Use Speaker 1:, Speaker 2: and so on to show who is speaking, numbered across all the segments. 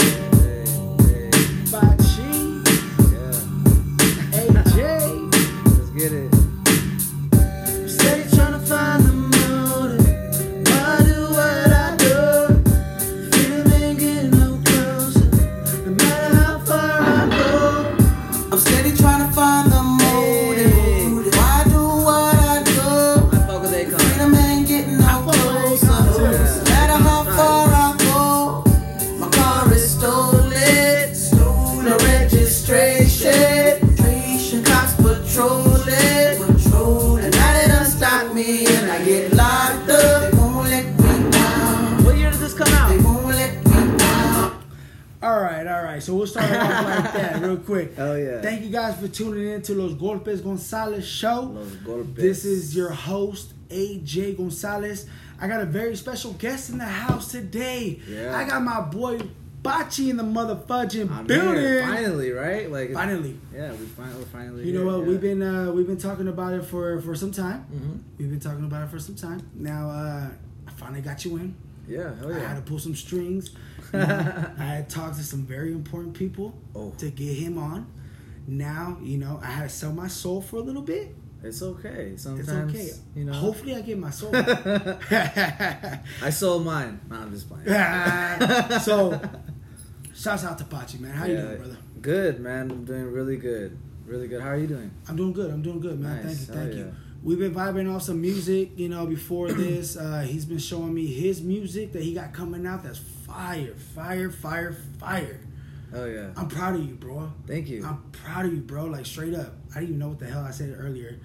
Speaker 1: so we'll start it off like that real quick.
Speaker 2: Hell yeah.
Speaker 1: Thank you guys for tuning in to Los Golpes Gonzalez show.
Speaker 2: Los Golpes.
Speaker 1: This is your host, AJ Gonzalez. I got a very special guest in the house today.
Speaker 2: Yeah.
Speaker 1: I got my boy Bachi in the motherfudging
Speaker 2: I'm here,
Speaker 1: building.
Speaker 2: finally, right? Like
Speaker 1: Finally.
Speaker 2: Yeah, we finally we're finally.
Speaker 1: You know
Speaker 2: here,
Speaker 1: what?
Speaker 2: yeah.
Speaker 1: We've been uh, we've been talking about it for for some time.
Speaker 2: Mhm.
Speaker 1: We've been talking about it for some time. Now uh, I finally got you in.
Speaker 2: Oh, Yeah, hell
Speaker 1: I had
Speaker 2: yeah.
Speaker 1: to pull some strings. You know, I had talked to some very important people
Speaker 2: Oh.
Speaker 1: to get him on. Now, you know, I had to sell my soul for a little bit.
Speaker 2: It's okay.
Speaker 1: It's
Speaker 2: Sometimes
Speaker 1: okay.
Speaker 2: you know.
Speaker 1: Hopefully, I get my soul. back.
Speaker 2: I sold mine. No, I'm just playing.
Speaker 1: so, shouts out to Pachi, man. How you
Speaker 2: Yeah.
Speaker 1: doing, brother?
Speaker 2: Good, man. I'm doing really good. Really good. How are you doing?
Speaker 1: I'm doing good. I'm doing good, man.
Speaker 2: Nice.
Speaker 1: Thank you. Thank
Speaker 2: Hell
Speaker 1: you.
Speaker 2: yeah.
Speaker 1: We've been vibing off some music, you know, before this. Uh, he's been showing me his music that he got coming out that's fire, fire, fire, fire.
Speaker 2: Oh yeah.
Speaker 1: I'm proud of you, bro.
Speaker 2: Thank you.
Speaker 1: I'm proud of you, bro. Like, straight up. I didn't even know what the hell I said earlier.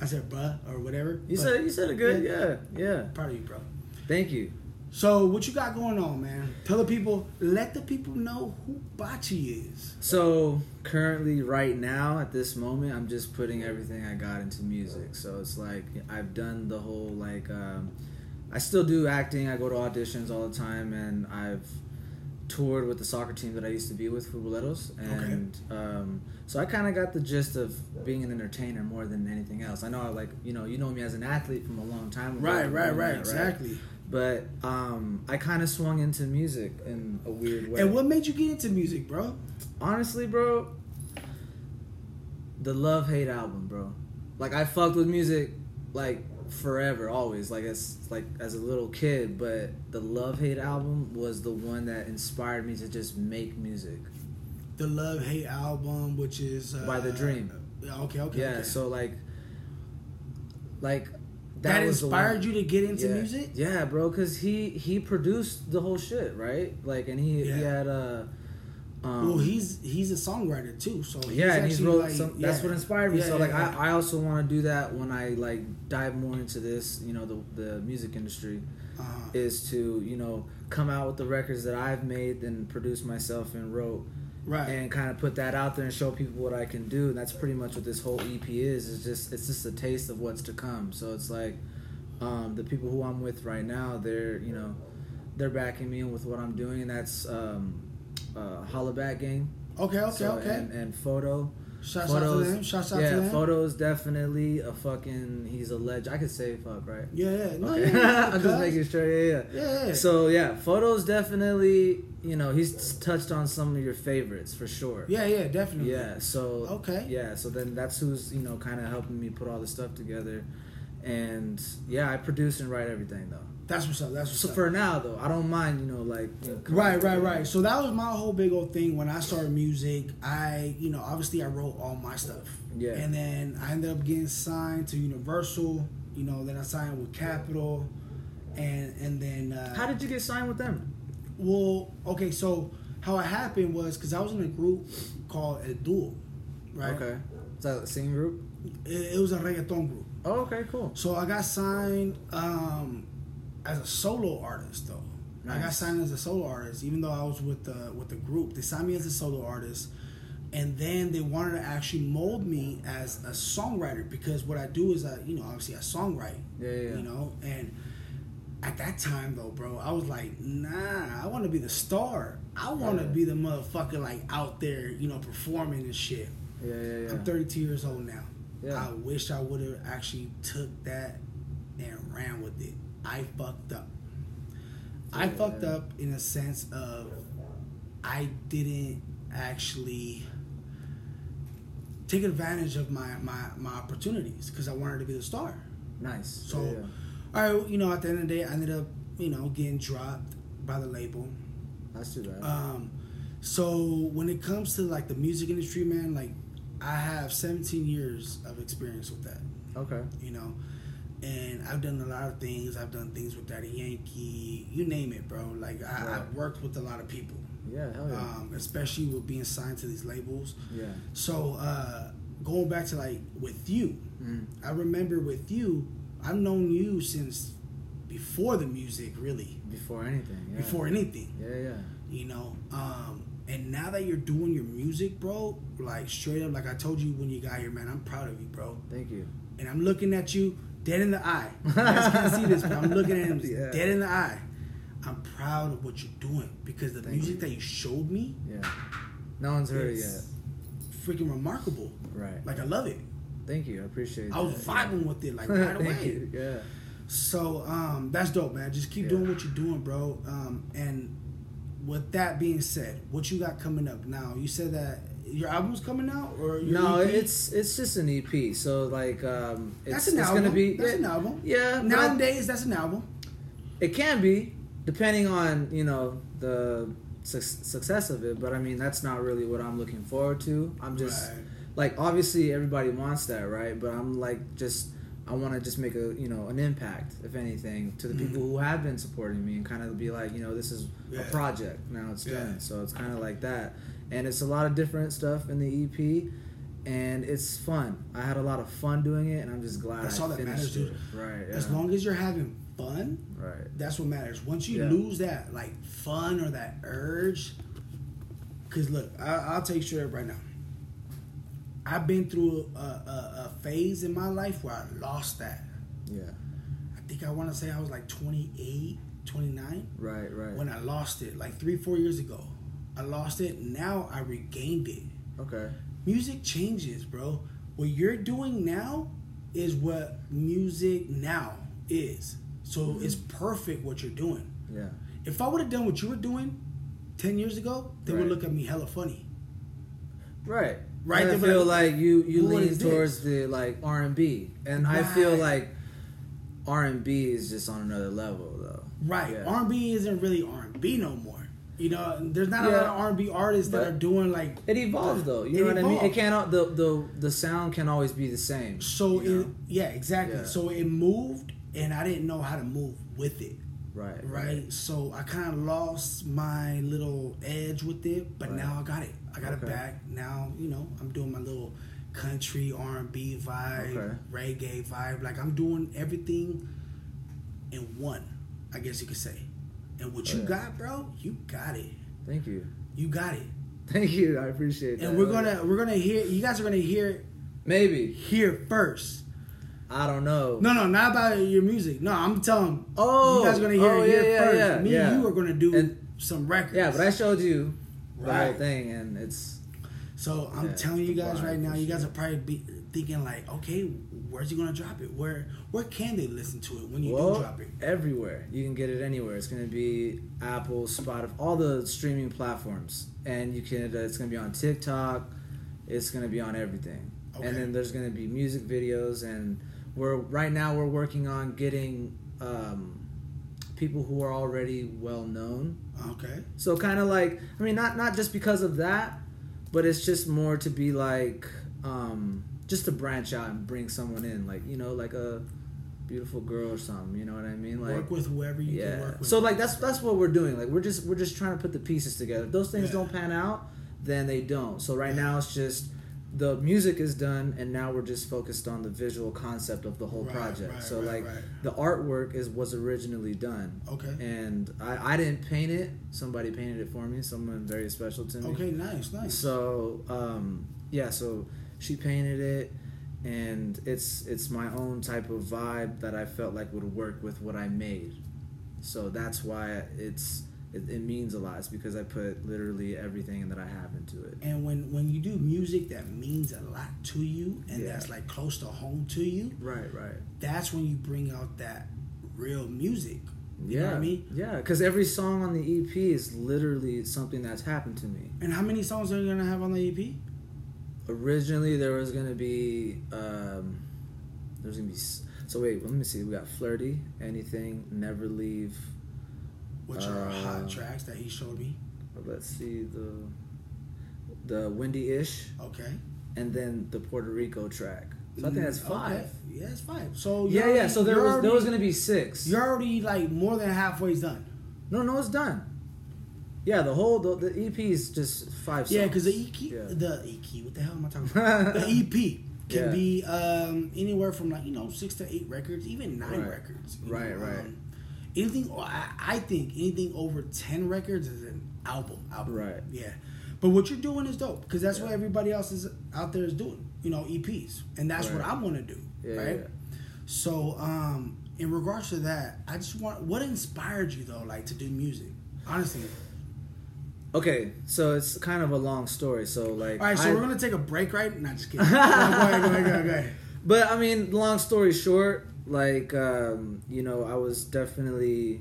Speaker 1: I said, bruh, or whatever.
Speaker 2: you
Speaker 1: but
Speaker 2: said you said it good. Yeah. yeah,
Speaker 1: Proud of you, bro.
Speaker 2: Thank you.
Speaker 1: So, what you got going on, man? Tell the people, let the people know who Bachi is.
Speaker 2: So currently, right now, at this moment, I'm just putting everything I got into music. So it's like I've done the whole like um, I still do acting. I go to auditions all the time, and I've toured with the soccer team that I used to be with, Futboleros, and um, so I kind of got the gist of being an entertainer more than anything else. I know I like you know you know me as an athlete from a long time. ago,
Speaker 1: Right,
Speaker 2: and
Speaker 1: right,
Speaker 2: all
Speaker 1: right.
Speaker 2: that,
Speaker 1: Exactly.
Speaker 2: But um, I kind of swung into music in a weird way.
Speaker 1: And what made you get into music, bro?
Speaker 2: Honestly, bro, the Love Hate album, bro. Like I fucked with music like forever, always. Like as like as a little kid, but the Love Hate album was the one that inspired me to just make music.
Speaker 1: The Love Hate album, which is uh,
Speaker 2: By The Dream.
Speaker 1: Yeah, Okay, okay.
Speaker 2: yeah,
Speaker 1: okay.
Speaker 2: so like, like
Speaker 1: that,
Speaker 2: was the one.
Speaker 1: inspired you to get into
Speaker 2: yeah.
Speaker 1: music.
Speaker 2: Yeah, bro, because he he produced the whole shit, right? Like, and he
Speaker 1: Yeah.
Speaker 2: he had uh, um,
Speaker 1: well, he's he's a songwriter too, so
Speaker 2: yeah, and he's
Speaker 1: actually,
Speaker 2: wrote
Speaker 1: like-
Speaker 2: some. That's
Speaker 1: yeah.
Speaker 2: what inspired me.
Speaker 1: Yeah,
Speaker 2: so
Speaker 1: yeah,
Speaker 2: like,
Speaker 1: yeah.
Speaker 2: I, I also want to do that when I like dive more into this, you know, the the music industry
Speaker 1: Uh-huh.
Speaker 2: is to you know come out with the records that I've made and produced myself and wrote,
Speaker 1: right.
Speaker 2: and kind of put that out there and show people what I can do. And that's pretty much what this whole EP is. It's just it's just a taste of what's to come. So it's like um, the people who I'm with right now, they're you know they're backing me in with what I'm doing, and that's um, uh, Holla Back Gang.
Speaker 1: okay, okay,
Speaker 2: So,
Speaker 1: okay.
Speaker 2: And, and photo.
Speaker 1: Shouts out to
Speaker 2: photos,
Speaker 1: them, shouts out to
Speaker 2: yeah,
Speaker 1: them.
Speaker 2: photos definitely a fucking. He's a legend. I could say fuck right.
Speaker 1: yeah, yeah. No,
Speaker 2: Okay.
Speaker 1: yeah, yeah,
Speaker 2: I'm
Speaker 1: cuz.
Speaker 2: just making sure. Yeah, yeah.
Speaker 1: Yeah, yeah.
Speaker 2: So yeah, photos definitely. You know, he's touched on some of your favorites for sure.
Speaker 1: yeah, yeah, definitely.
Speaker 2: Yeah. So
Speaker 1: Okay.
Speaker 2: Yeah. So then that's who's you know kind of helping me put all this stuff together, and yeah, I produce and write everything though.
Speaker 1: That's what's up. That's what's
Speaker 2: So
Speaker 1: up.
Speaker 2: for now though, I don't mind. You know, like you know, coming
Speaker 1: Right, right,
Speaker 2: together.
Speaker 1: right. So that was my whole big old thing when I started music. I, you know, obviously I wrote all my stuff.
Speaker 2: Yeah.
Speaker 1: And then I ended up getting signed to Universal. You know, then I signed with Capitol, and and then. Uh,
Speaker 2: How did you get signed with them?
Speaker 1: Well, okay, so how it happened was because I was in a group called El Duo, right?
Speaker 2: Okay. Is that the same group?
Speaker 1: It, it was a reggaeton group.
Speaker 2: Oh, okay, cool.
Speaker 1: So I got signed um, as a solo artist, though. I got
Speaker 2: Nice.
Speaker 1: signed as a solo artist, even though I was with the with the group. They signed me as a solo artist, and then they wanted to actually mold me as a songwriter because what I do is I, you know, obviously I songwrite.
Speaker 2: Yeah, yeah, yeah.
Speaker 1: You know, and at that time though, bro, I was like, nah, I want to be the star. I want to
Speaker 2: Yeah.
Speaker 1: be the motherfucker like out there, you know, performing and shit.
Speaker 2: Yeah, yeah, yeah.
Speaker 1: I'm 32 years old now.
Speaker 2: Yeah.
Speaker 1: I wish I would have actually took that and ran with it. I fucked up. I
Speaker 2: Yeah.
Speaker 1: fucked up in a sense of I didn't actually take advantage of my my, my opportunities because I wanted to be the star.
Speaker 2: Nice.
Speaker 1: So,
Speaker 2: yeah, yeah.
Speaker 1: all right, you know, at the end of the day, I ended up you know getting dropped by the label.
Speaker 2: that's too bad.
Speaker 1: Um, so when it comes to like the music industry, man, like I have 17 years of experience with that,
Speaker 2: okay.
Speaker 1: you know, and I've done a lot of things. I've done things with Daddy Yankee, you name it, bro. Like I,
Speaker 2: Right.
Speaker 1: I've worked with a lot of people,
Speaker 2: Yeah. Hell yeah.
Speaker 1: um, especially with being signed to these labels.
Speaker 2: yeah.
Speaker 1: So uh, going back to like with you,
Speaker 2: Mm.
Speaker 1: I remember with you, I've known you since before the music, really,
Speaker 2: Before anything. Yeah.
Speaker 1: before anything
Speaker 2: Yeah, yeah.
Speaker 1: you know um And now that you're doing your music, bro, like straight up, like I told you when you got here, man, I'm proud of you, bro.
Speaker 2: Thank you.
Speaker 1: And I'm looking at you dead in the eye. You guys can't see this, but I'm looking at him
Speaker 2: Yeah.
Speaker 1: dead in the eye. I'm proud of what you're doing because the
Speaker 2: Thank
Speaker 1: music
Speaker 2: you.
Speaker 1: that you showed me,
Speaker 2: Yeah. No one's heard it yet.
Speaker 1: It's- freaking remarkable.
Speaker 2: Right.
Speaker 1: Like I love it.
Speaker 2: Thank you. I appreciate
Speaker 1: I was
Speaker 2: that.
Speaker 1: vibing with it like
Speaker 2: Yeah.
Speaker 1: right
Speaker 2: Thank
Speaker 1: away.
Speaker 2: you. Yeah.
Speaker 1: So um, that's dope, man. Just keep
Speaker 2: Yeah.
Speaker 1: doing what you're doing, bro. Um, and with that being said, what you got coming up now? You said that your album's coming out, or your E
Speaker 2: No,
Speaker 1: EP?
Speaker 2: it's it's just an EP. So like um it's,
Speaker 1: that's an
Speaker 2: it's
Speaker 1: album.
Speaker 2: gonna be
Speaker 1: that's
Speaker 2: yeah,
Speaker 1: an album.
Speaker 2: yeah, but
Speaker 1: Nowadays, that's an album.
Speaker 2: it can be depending on, you know, the su- success of it, but I mean that's not really what I'm looking forward to. I'm just
Speaker 1: Right.
Speaker 2: like obviously everybody wants that, right? But I'm like just I want to just make a you know an impact, if anything, to the people who have been supporting me and kind of be like, you know, this is
Speaker 1: Mm-hmm. Yeah.
Speaker 2: a project now it's
Speaker 1: Yeah.
Speaker 2: done. So it's kind of like that, and it's a lot of different stuff in the EP, and it's fun. I had a lot of fun doing it, and I'm just glad
Speaker 1: That's
Speaker 2: I
Speaker 1: all that matters,
Speaker 2: finished it. Right.
Speaker 1: As
Speaker 2: yeah.
Speaker 1: long as you're having fun,
Speaker 2: Right.
Speaker 1: that's what matters. Once you
Speaker 2: Yeah.
Speaker 1: lose that like fun or that urge, because look, I, I'll take straight up right now. I've been through a, a, a phase in my life where I lost that.
Speaker 2: Yeah.
Speaker 1: I think I want to say I was like 28, 29
Speaker 2: Right. Right.
Speaker 1: when I lost it, like three, four years ago. I lost it. Now I regained it.
Speaker 2: okay.
Speaker 1: Music changes, bro. What you're doing now is what music now is. So
Speaker 2: Mm-hmm.
Speaker 1: it's perfect what you're doing.
Speaker 2: Yeah.
Speaker 1: If I would have done what you were doing 10 years ago, they
Speaker 2: Right.
Speaker 1: would look at me hella funny.
Speaker 2: Right.
Speaker 1: Right,
Speaker 2: And I
Speaker 1: they're
Speaker 2: feel
Speaker 1: like,
Speaker 2: like, you you
Speaker 1: "What
Speaker 2: lean
Speaker 1: is
Speaker 2: towards the like R and B, and I feel
Speaker 1: Right.
Speaker 2: like R and B is just on another level though.
Speaker 1: Right.
Speaker 2: Yeah.
Speaker 1: R&B isn't really R&B no more. You know, there's not a
Speaker 2: Yeah.
Speaker 1: lot of R&B artists that
Speaker 2: But-
Speaker 1: are doing like
Speaker 2: It evolves though. You
Speaker 1: It
Speaker 2: know what I mean? It
Speaker 1: evolves.
Speaker 2: cannot the the the sound can always be the same.
Speaker 1: So
Speaker 2: you
Speaker 1: it,
Speaker 2: know?
Speaker 1: yeah, exactly.
Speaker 2: Yeah.
Speaker 1: So it moved, and I didn't know how to move with it,
Speaker 2: right.
Speaker 1: right? So I kind of lost my little edge with it, but
Speaker 2: Right.
Speaker 1: now I got it. I got it
Speaker 2: Okay.
Speaker 1: back. Now you know I'm doing my little country R and B vibe,
Speaker 2: Okay.
Speaker 1: reggae vibe. Like I'm doing everything in one, I guess you could say. And what you
Speaker 2: Yeah.
Speaker 1: got, bro, you got it.
Speaker 2: Thank you.
Speaker 1: You got it.
Speaker 2: Thank you. I appreciate that.
Speaker 1: And we're gonna we're gonna hear. You guys are gonna hear
Speaker 2: maybe
Speaker 1: here first.
Speaker 2: I don't know.
Speaker 1: No, no, not about your music. No, I'm telling.
Speaker 2: Oh,
Speaker 1: you guys are gonna hear
Speaker 2: oh,
Speaker 1: it here
Speaker 2: yeah, yeah,
Speaker 1: first.
Speaker 2: yeah,
Speaker 1: Me
Speaker 2: yeah.
Speaker 1: and you are gonna do
Speaker 2: And-
Speaker 1: some records.
Speaker 2: Yeah, but I showed you the
Speaker 1: Right.
Speaker 2: whole thing, and it's
Speaker 1: So I'm
Speaker 2: Yeah,
Speaker 1: telling you
Speaker 2: the
Speaker 1: guys
Speaker 2: vibe
Speaker 1: right now,
Speaker 2: for
Speaker 1: you guys
Speaker 2: sure.
Speaker 1: are probably be thinking like, okay, where's he gonna drop it? Where where can they listen to it when you
Speaker 2: well,
Speaker 1: do drop it?
Speaker 2: everywhere. You can get it anywhere. It's gonna be Apple, Spotify, all the streaming platforms, and you can. Uh, it's gonna be on TikTok. It's gonna be on everything,
Speaker 1: Okay.
Speaker 2: and then there's gonna be music videos, and we're right now we're working on getting um, people who are already well known.
Speaker 1: Okay.
Speaker 2: So kind of like I mean not not just because of that, but it's just more to be like um just to branch out and bring someone in like you know like a beautiful girl or something, you know what I mean? Like
Speaker 1: work with whoever you can
Speaker 2: yeah.
Speaker 1: work with.
Speaker 2: So like that's that's what we're doing. Like we're just we're just trying to put the pieces together. If those things
Speaker 1: Yeah.
Speaker 2: don't pan out, then they don't. So right
Speaker 1: Yeah.
Speaker 2: now it's just the music is done and now we're just focused on the visual concept of the whole
Speaker 1: Right,
Speaker 2: project.
Speaker 1: right,
Speaker 2: so
Speaker 1: right,
Speaker 2: like
Speaker 1: right.
Speaker 2: the artwork is was originally done
Speaker 1: okay.
Speaker 2: and I, I didn't paint it. Somebody painted it for me. Someone very special to me.
Speaker 1: Okay. Nice. Nice.
Speaker 2: So um, yeah, so she painted it, and it's it's my own type of vibe that I felt like would work with what I made. So that's why it's it, it means a lot. It's because I put literally everything that I have into it.
Speaker 1: and when when you do music that means a lot to you and
Speaker 2: Yeah.
Speaker 1: that's like close to home to you,
Speaker 2: Right, right.
Speaker 1: that's when you bring out that real music.
Speaker 2: Yeah,
Speaker 1: know what I mean?
Speaker 2: yeah, because every song on the EP is literally something that's happened to me.
Speaker 1: And how many songs are you gonna have on the E EP?
Speaker 2: originally there was gonna be um there's gonna be s- so wait let me see we got flirty anything never leave
Speaker 1: which are
Speaker 2: Uh,
Speaker 1: hot tracks that he showed me.
Speaker 2: let's see the the windy ish
Speaker 1: Okay.
Speaker 2: and then the puerto rico track so i think that's
Speaker 1: Mm,
Speaker 2: five
Speaker 1: Okay. Yeah, it's five. So
Speaker 2: yeah
Speaker 1: you're
Speaker 2: yeah so there
Speaker 1: you're
Speaker 2: was there was
Speaker 1: already-
Speaker 2: gonna be six
Speaker 1: You're already like more than halfway done.
Speaker 2: no no it's done yeah the whole the, the ep is just five songs.
Speaker 1: Yeah, because the EQ,
Speaker 2: Yeah.
Speaker 1: the EQ, what the hell am I talking about? the EP can
Speaker 2: Yeah.
Speaker 1: be um, anywhere from like you know six to eight records, even nine
Speaker 2: Right.
Speaker 1: records. you
Speaker 2: Right,
Speaker 1: know,
Speaker 2: right.
Speaker 1: um, anything I, I think anything over ten records is an album. Album.
Speaker 2: Right.
Speaker 1: Yeah. But what you're doing is dope because that's
Speaker 2: Yeah.
Speaker 1: what everybody else is out there is doing. You know, EPs, and that's what
Speaker 2: Right.
Speaker 1: I want to do.
Speaker 2: Yeah,
Speaker 1: right.
Speaker 2: yeah.
Speaker 1: So, um, in regards to that, I just want what inspired you though, like to do music. Honestly,
Speaker 2: Okay, so it's kind of a long story. So like,
Speaker 1: all right. So
Speaker 2: I-
Speaker 1: we're gonna take a break, right? Not just kidding. go ahead, go ahead, go ahead, go ahead.
Speaker 2: But I mean, long story short, like um, you know, I was definitely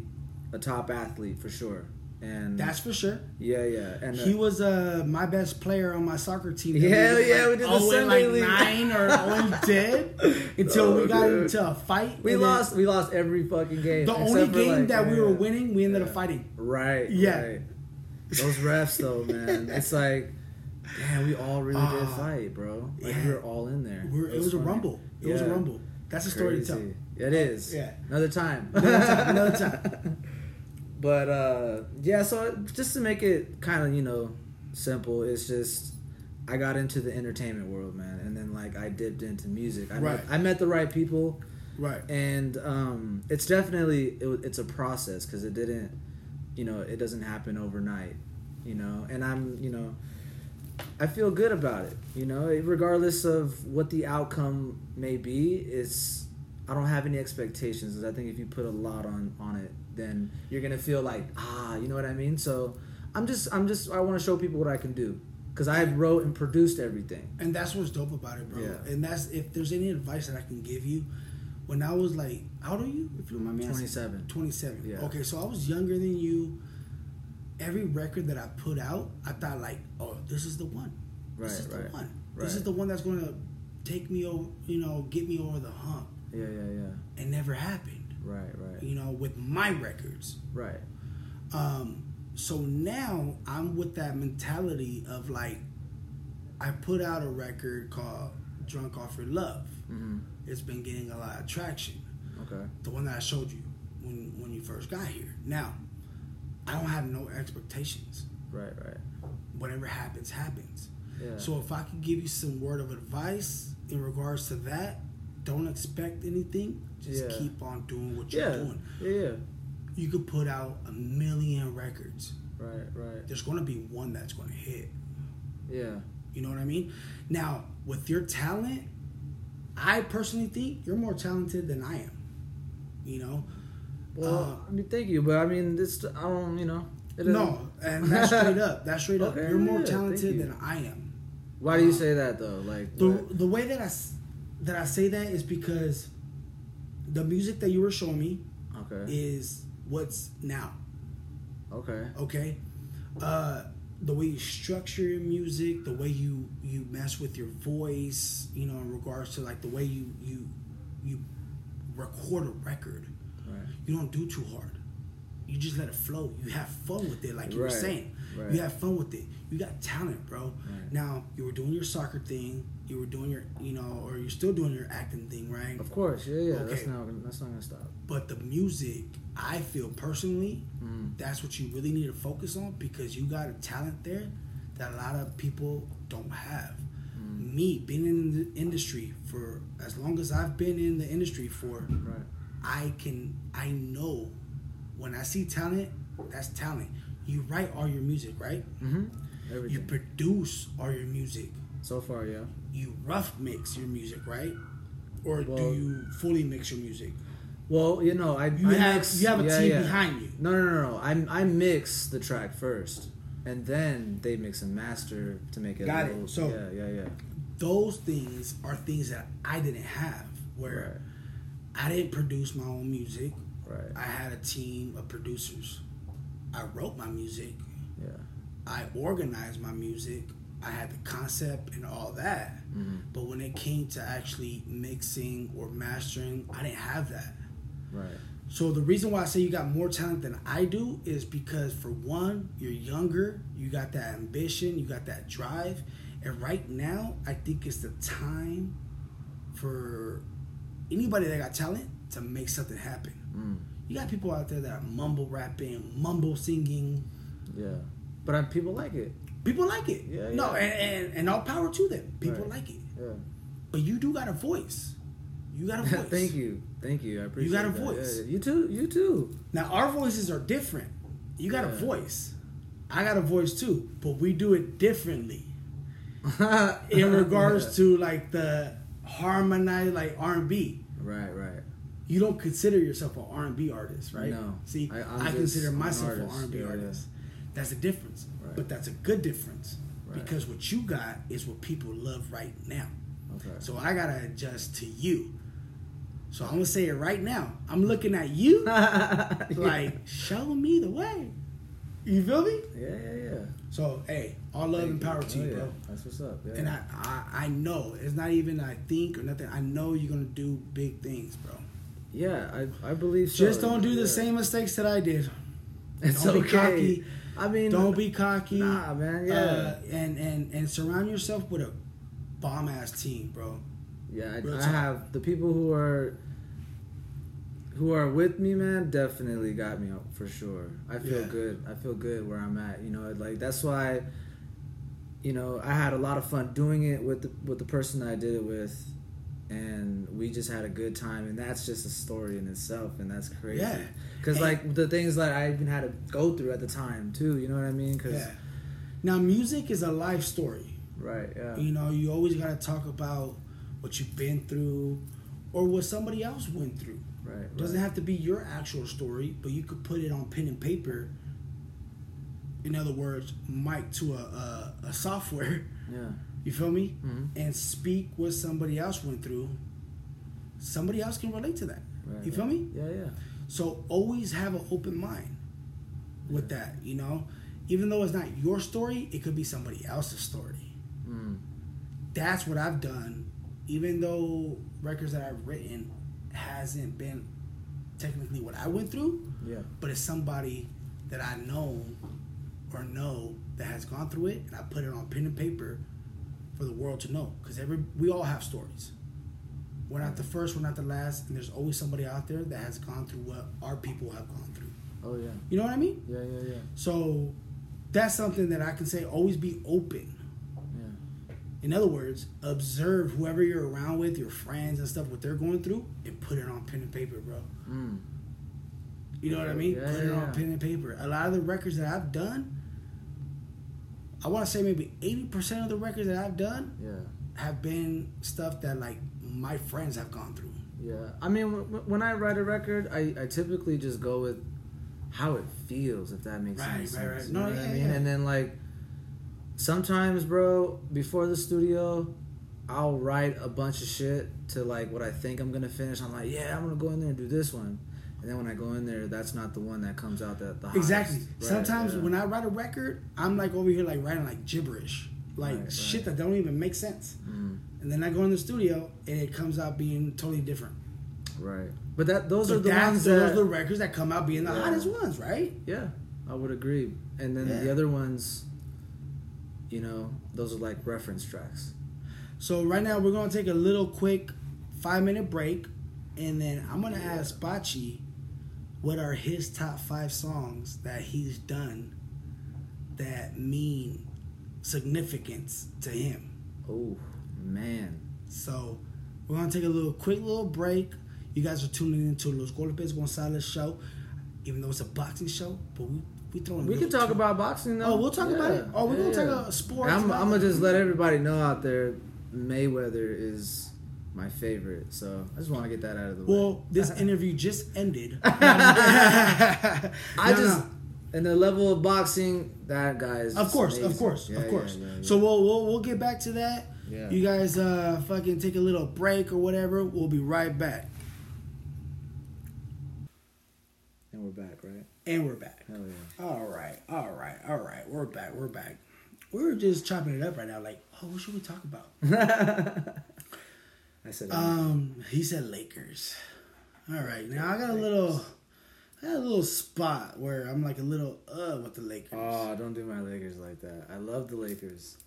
Speaker 2: a top athlete for sure, and
Speaker 1: That's for sure.
Speaker 2: yeah, yeah, and uh,
Speaker 1: He was uh, my best player on my soccer team.
Speaker 2: Yeah,
Speaker 1: was,
Speaker 2: yeah, we did
Speaker 1: 0
Speaker 2: the
Speaker 1: and,
Speaker 2: Sunday
Speaker 1: like
Speaker 2: league.
Speaker 1: nine or zero dead until
Speaker 2: Oh,
Speaker 1: we got
Speaker 2: dude.
Speaker 1: into a fight.
Speaker 2: we
Speaker 1: and then
Speaker 2: lost. We lost every fucking game.
Speaker 1: The
Speaker 2: except
Speaker 1: only
Speaker 2: for,
Speaker 1: game
Speaker 2: like,
Speaker 1: that we were
Speaker 2: yeah.
Speaker 1: winning, we ended up
Speaker 2: Yeah.
Speaker 1: fighting.
Speaker 2: Right.
Speaker 1: Yeah.
Speaker 2: Right. Those refs though, man. It's like, man, we all really did
Speaker 1: Ah.
Speaker 2: fight, bro. Like
Speaker 1: Yeah.
Speaker 2: we were all in there.
Speaker 1: We're, it was a
Speaker 2: funny.
Speaker 1: rumble. It was a
Speaker 2: Yeah.
Speaker 1: rumble. That's a story to tell. Oh,
Speaker 2: Crazy. It is.
Speaker 1: yeah.
Speaker 2: Another time.
Speaker 1: Another time, another time.
Speaker 2: But uh, yeah, so just to make it kind of you know simple, it's just I got into the entertainment world, man, and then like I dipped into music. I
Speaker 1: Right.
Speaker 2: met, I met the right people,
Speaker 1: Right.
Speaker 2: and um, it's definitely it, wa- it's a process because it didn't, you know, it doesn't happen overnight, you know. And I'm you know, I feel good about it, you know, regardless of what the outcome may be. It's I don't have any expectations. 'cause I think if you put a lot on on it, then you're gonna feel like ah, you know what I mean. So I'm just I'm just I want to show people what I can do because I wrote and produced everything.
Speaker 1: And that's what's dope about it, bro.
Speaker 2: Yeah.
Speaker 1: And that's if there's any advice that I can give you. When I was like, how old are you? If you don't mind me asking.
Speaker 2: 27.
Speaker 1: 27.
Speaker 2: Yeah.
Speaker 1: Okay, so I was younger than you. Every record that I put out, I thought like, oh, this is the one.
Speaker 2: Right,
Speaker 1: this is the
Speaker 2: right,
Speaker 1: one. This is
Speaker 2: right.
Speaker 1: the one that's going to take me over, you know, get me over the hump.
Speaker 2: Yeah, yeah, yeah.
Speaker 1: It never happened,
Speaker 2: Right, right,
Speaker 1: you know, with my records.
Speaker 2: right.
Speaker 1: Um, so now I'm with that mentality of like, I put out a record called Drunk Off Your Love.
Speaker 2: Mm-hmm.
Speaker 1: It's been getting a lot of traction.
Speaker 2: Okay.
Speaker 1: The one that I showed you when when you first got here. Now, I don't have no expectations.
Speaker 2: Right, right.
Speaker 1: Whatever happens, happens.
Speaker 2: Yeah.
Speaker 1: So if I could give you some word of advice in regards to that, don't expect anything. Just
Speaker 2: Yeah.
Speaker 1: keep on doing what you're
Speaker 2: yeah,
Speaker 1: doing.
Speaker 2: yeah, yeah.
Speaker 1: You could put out a million records.
Speaker 2: Right, right.
Speaker 1: There's gonna be one that's gonna hit.
Speaker 2: Yeah,
Speaker 1: You know what I mean? Now, with your talent, I personally think you're more talented than I am. You know?
Speaker 2: Well,
Speaker 1: Uh,
Speaker 2: I mean, thank you, but I mean, this I don't, you know. It
Speaker 1: No, and that's straight up. That's straight up.
Speaker 2: Okay,
Speaker 1: You're more
Speaker 2: yeah, thank
Speaker 1: talented
Speaker 2: you.
Speaker 1: than I am.
Speaker 2: Why do you say that though? Like,
Speaker 1: The
Speaker 2: what-
Speaker 1: the way that I s- that I say that is because the music that you were showing me
Speaker 2: okay,
Speaker 1: is what's now.
Speaker 2: okay,
Speaker 1: Okay, uh, the way you structure your music, the way you you mess with your voice, you know, in regards to like the way you you you record a record.
Speaker 2: right,
Speaker 1: you don't do too hard. You just let it flow. You have fun with it, like you were
Speaker 2: Right,
Speaker 1: saying.
Speaker 2: right.
Speaker 1: You have fun with it. You got talent, bro.
Speaker 2: Right.
Speaker 1: Now you were doing your soccer thing. You were doing your, you know, or you're still doing your acting thing, right?
Speaker 2: of course, yeah, yeah. That's
Speaker 1: Okay.
Speaker 2: not that's not gonna stop.
Speaker 1: But the music, I feel personally,
Speaker 2: Mm.
Speaker 1: that's what you really need to focus on because you got a talent there that a lot of people don't have.
Speaker 2: Mm.
Speaker 1: Me being in the industry for as long as I've been in the industry for
Speaker 2: Right,
Speaker 1: I can I know when I see talent, that's talent. You write all your music, right?
Speaker 2: mm-hmm.
Speaker 1: You
Speaker 2: Everything
Speaker 1: produce all your music.
Speaker 2: so far, yeah.
Speaker 1: You rough mix your music, right? Or
Speaker 2: Well-
Speaker 1: do you fully mix your music?
Speaker 2: Well, you know, I
Speaker 1: You
Speaker 2: I
Speaker 1: have
Speaker 2: mix,
Speaker 1: you have a
Speaker 2: yeah,
Speaker 1: team
Speaker 2: yeah.
Speaker 1: behind you.
Speaker 2: No, no, no, no. I I mix the track first, and then they mix and master to make it.
Speaker 1: Got
Speaker 2: a
Speaker 1: it.
Speaker 2: little,
Speaker 1: So-
Speaker 2: yeah, yeah, yeah.
Speaker 1: Those things are things that I didn't have where I didn't produce my own music.
Speaker 2: Right, right,
Speaker 1: I had a team of producers. I wrote my music.
Speaker 2: yeah.
Speaker 1: I organized my music. I had the concept and all that.
Speaker 2: Mhm.
Speaker 1: But when it came to actually mixing or mastering, I didn't have that.
Speaker 2: Right.
Speaker 1: So the reason why I say you got more talent than I do is because for one, you're younger, you got that ambition, you got that drive, and right now I think it's the time for anybody that got talent to make something happen.
Speaker 2: Mm.
Speaker 1: You got people out there that are mumble rapping, mumble singing.
Speaker 2: Yeah. But I, people like it.
Speaker 1: People like it.
Speaker 2: Yeah,
Speaker 1: no,
Speaker 2: yeah.
Speaker 1: And, and and all power to them. People
Speaker 2: Right.
Speaker 1: like it.
Speaker 2: Yeah.
Speaker 1: But you do got a voice. You got a voice.
Speaker 2: Thank you. Thank you. I appreciate
Speaker 1: got a
Speaker 2: that.
Speaker 1: voice.
Speaker 2: Yeah, you too. You too.
Speaker 1: Now our voices are different. You got a
Speaker 2: Yeah.
Speaker 1: voice. I got a voice too, but we do it differently Uh, in regards to like the harmonize like R and B.
Speaker 2: right, right.
Speaker 1: You don't consider yourself an R and B artist, right?
Speaker 2: No.
Speaker 1: See,
Speaker 2: I- I'm
Speaker 1: I,
Speaker 2: just
Speaker 1: consider
Speaker 2: an
Speaker 1: myself an
Speaker 2: artist,
Speaker 1: R and B
Speaker 2: yeah, yeah.
Speaker 1: artist. That's a difference,
Speaker 2: Right.
Speaker 1: but that's a good difference
Speaker 2: Right.
Speaker 1: because what you got is what people love right now.
Speaker 2: Okay.
Speaker 1: So I gotta adjust to you. So I'm gonna say it right now. I'm looking at you like show me the way. You feel me?
Speaker 2: yeah, yeah, yeah.
Speaker 1: So hey, all love and power to
Speaker 2: Oh,
Speaker 1: you,
Speaker 2: yeah.
Speaker 1: bro.
Speaker 2: That's what's up. Yeah.
Speaker 1: And I, I I know it's not even I think or nothing. I know you're gonna do big things, bro.
Speaker 2: yeah, I, I believe so.
Speaker 1: Just don't do the
Speaker 2: Yeah.
Speaker 1: same mistakes that I did.
Speaker 2: It's
Speaker 1: Don't be
Speaker 2: okay.
Speaker 1: cocky.
Speaker 2: I mean,
Speaker 1: Don't be cocky.
Speaker 2: Nah, man. Yeah,
Speaker 1: Uh, and and and surround yourself with a bomb ass team, bro.
Speaker 2: yeah.
Speaker 1: real
Speaker 2: I, I
Speaker 1: talk.
Speaker 2: have the people who are who are with me, man. Definitely got me up for sure. I feel
Speaker 1: Yeah.
Speaker 2: good. I feel good where I'm at. You know, like that's why. You know, I had a lot of fun doing it with the with the person I did it with, and we just had a good time. And that's just a story in itself, and that's crazy.
Speaker 1: Yeah.
Speaker 2: Cause
Speaker 1: And-
Speaker 2: like the things that I even had to go through at the time too. You know what I mean? Cause
Speaker 1: Yeah. Now music is a life story.
Speaker 2: right, yeah,
Speaker 1: You know, you always gotta talk about what you've been through or what somebody else went through.
Speaker 2: right.
Speaker 1: doesn't
Speaker 2: right.
Speaker 1: have to be your actual story, but you could put it on pen and paper. In other words, mic to a, a, a software.
Speaker 2: yeah.
Speaker 1: You feel me?
Speaker 2: Mhm.
Speaker 1: And speak what somebody else went through. Somebody else can relate to that.
Speaker 2: Right,
Speaker 1: you feel
Speaker 2: right.
Speaker 1: me?
Speaker 2: Yeah, yeah.
Speaker 1: So always have an open mind with that. You know, even though it's not your story, it could be somebody else's story.
Speaker 2: Mm.
Speaker 1: that's what I've done. Even though records that I've written hasn't been technically what I went through,
Speaker 2: Yeah.
Speaker 1: but it's somebody that I know or know that has gone through it, and I put it on pen and paper for the world to know. Because every we all have stories. We're not the first, we're not the last, and there's always somebody out there that has gone through what our people have gone through.
Speaker 2: Oh yeah.
Speaker 1: You know what I mean?
Speaker 2: Yeah, yeah, yeah.
Speaker 1: So that's something that I can say. Always be open.
Speaker 2: Yeah.
Speaker 1: In other words, observe whoever you're around with, your friends and stuff, what they're going through, and put it on pen and paper, bro.
Speaker 2: Mm.
Speaker 1: You know what I mean?
Speaker 2: Yeah,
Speaker 1: put it
Speaker 2: yeah,
Speaker 1: on
Speaker 2: yeah.
Speaker 1: pen and paper. A lot of the records that I've done, I want to say maybe 80% of the records that I've done
Speaker 2: Yeah.
Speaker 1: have been stuff that like my friends have gone through.
Speaker 2: Yeah. I mean, w- w- when I write a record, I, I typically just go with how it feels, if that makes
Speaker 1: Right,
Speaker 2: any sense.
Speaker 1: right, right.
Speaker 2: You
Speaker 1: No,
Speaker 2: know what
Speaker 1: yeah,
Speaker 2: I mean?
Speaker 1: yeah.
Speaker 2: And then like sometimes, bro, before the studio, I'll write a bunch of shit to like what I think I'm gonna finish. I'm like, yeah, I'm gonna go in there and do this one. And then when I go in there, that's not the one that comes out that the hottest.
Speaker 1: Exactly.
Speaker 2: Right,
Speaker 1: Sometimes
Speaker 2: yeah.
Speaker 1: when I write a record, I'm like over here like writing like gibberish, like
Speaker 2: Right, right.
Speaker 1: shit that don't even make sense.
Speaker 2: Mm.
Speaker 1: And then I go in the studio and it comes out being totally different.
Speaker 2: Right. But that those
Speaker 1: So
Speaker 2: are the
Speaker 1: that's,
Speaker 2: ones
Speaker 1: those
Speaker 2: that
Speaker 1: are the records that come out being the
Speaker 2: Yeah.
Speaker 1: hottest ones, right?
Speaker 2: Yeah, I would agree. And then the
Speaker 1: Yeah.
Speaker 2: other ones, you know, those are like reference tracks.
Speaker 1: So right now we're gonna take a little quick five minute break, and then I'm gonna ask Bachi what are his top five songs that he's done that mean significance to him.
Speaker 2: Oh man,
Speaker 1: So we're gonna take a little quick little break. You guys are tuning into Los Golpes Gonzalez show, even though it's a boxing show, but we we throwing.
Speaker 2: we can
Speaker 1: little
Speaker 2: talk
Speaker 1: tw-
Speaker 2: about boxing though.
Speaker 1: Oh, we'll talk about it. Oh, we're gonna talk about sports,
Speaker 2: And I'm,
Speaker 1: about-
Speaker 2: I'm gonna just let everybody know out there, Mayweather is my favorite. So I just want to get that out of the way.
Speaker 1: Well, this interview just ended.
Speaker 2: I
Speaker 1: No,
Speaker 2: just
Speaker 1: no.
Speaker 2: and the level of boxing that guy is
Speaker 1: Of course, of
Speaker 2: amazing.
Speaker 1: course,
Speaker 2: Yeah,
Speaker 1: of
Speaker 2: yeah,
Speaker 1: course.
Speaker 2: yeah, yeah.
Speaker 1: So we'll, we'll we'll get back to that.
Speaker 2: Yeah.
Speaker 1: You guys uh fucking take a little break or whatever. We'll be right back.
Speaker 2: and we're back, right?
Speaker 1: And we're back.
Speaker 2: Hell yeah.
Speaker 1: All right. All right. All right. We're back. We're back. We were just chopping it up right now like, "Oh, what should we talk about?"
Speaker 2: I said.
Speaker 1: Um, he said Lakers. All right. Now I got a little I got a little spot where I'm like a little uh with the Lakers.
Speaker 2: Oh, don't do my Lakers like that. I love the Lakers.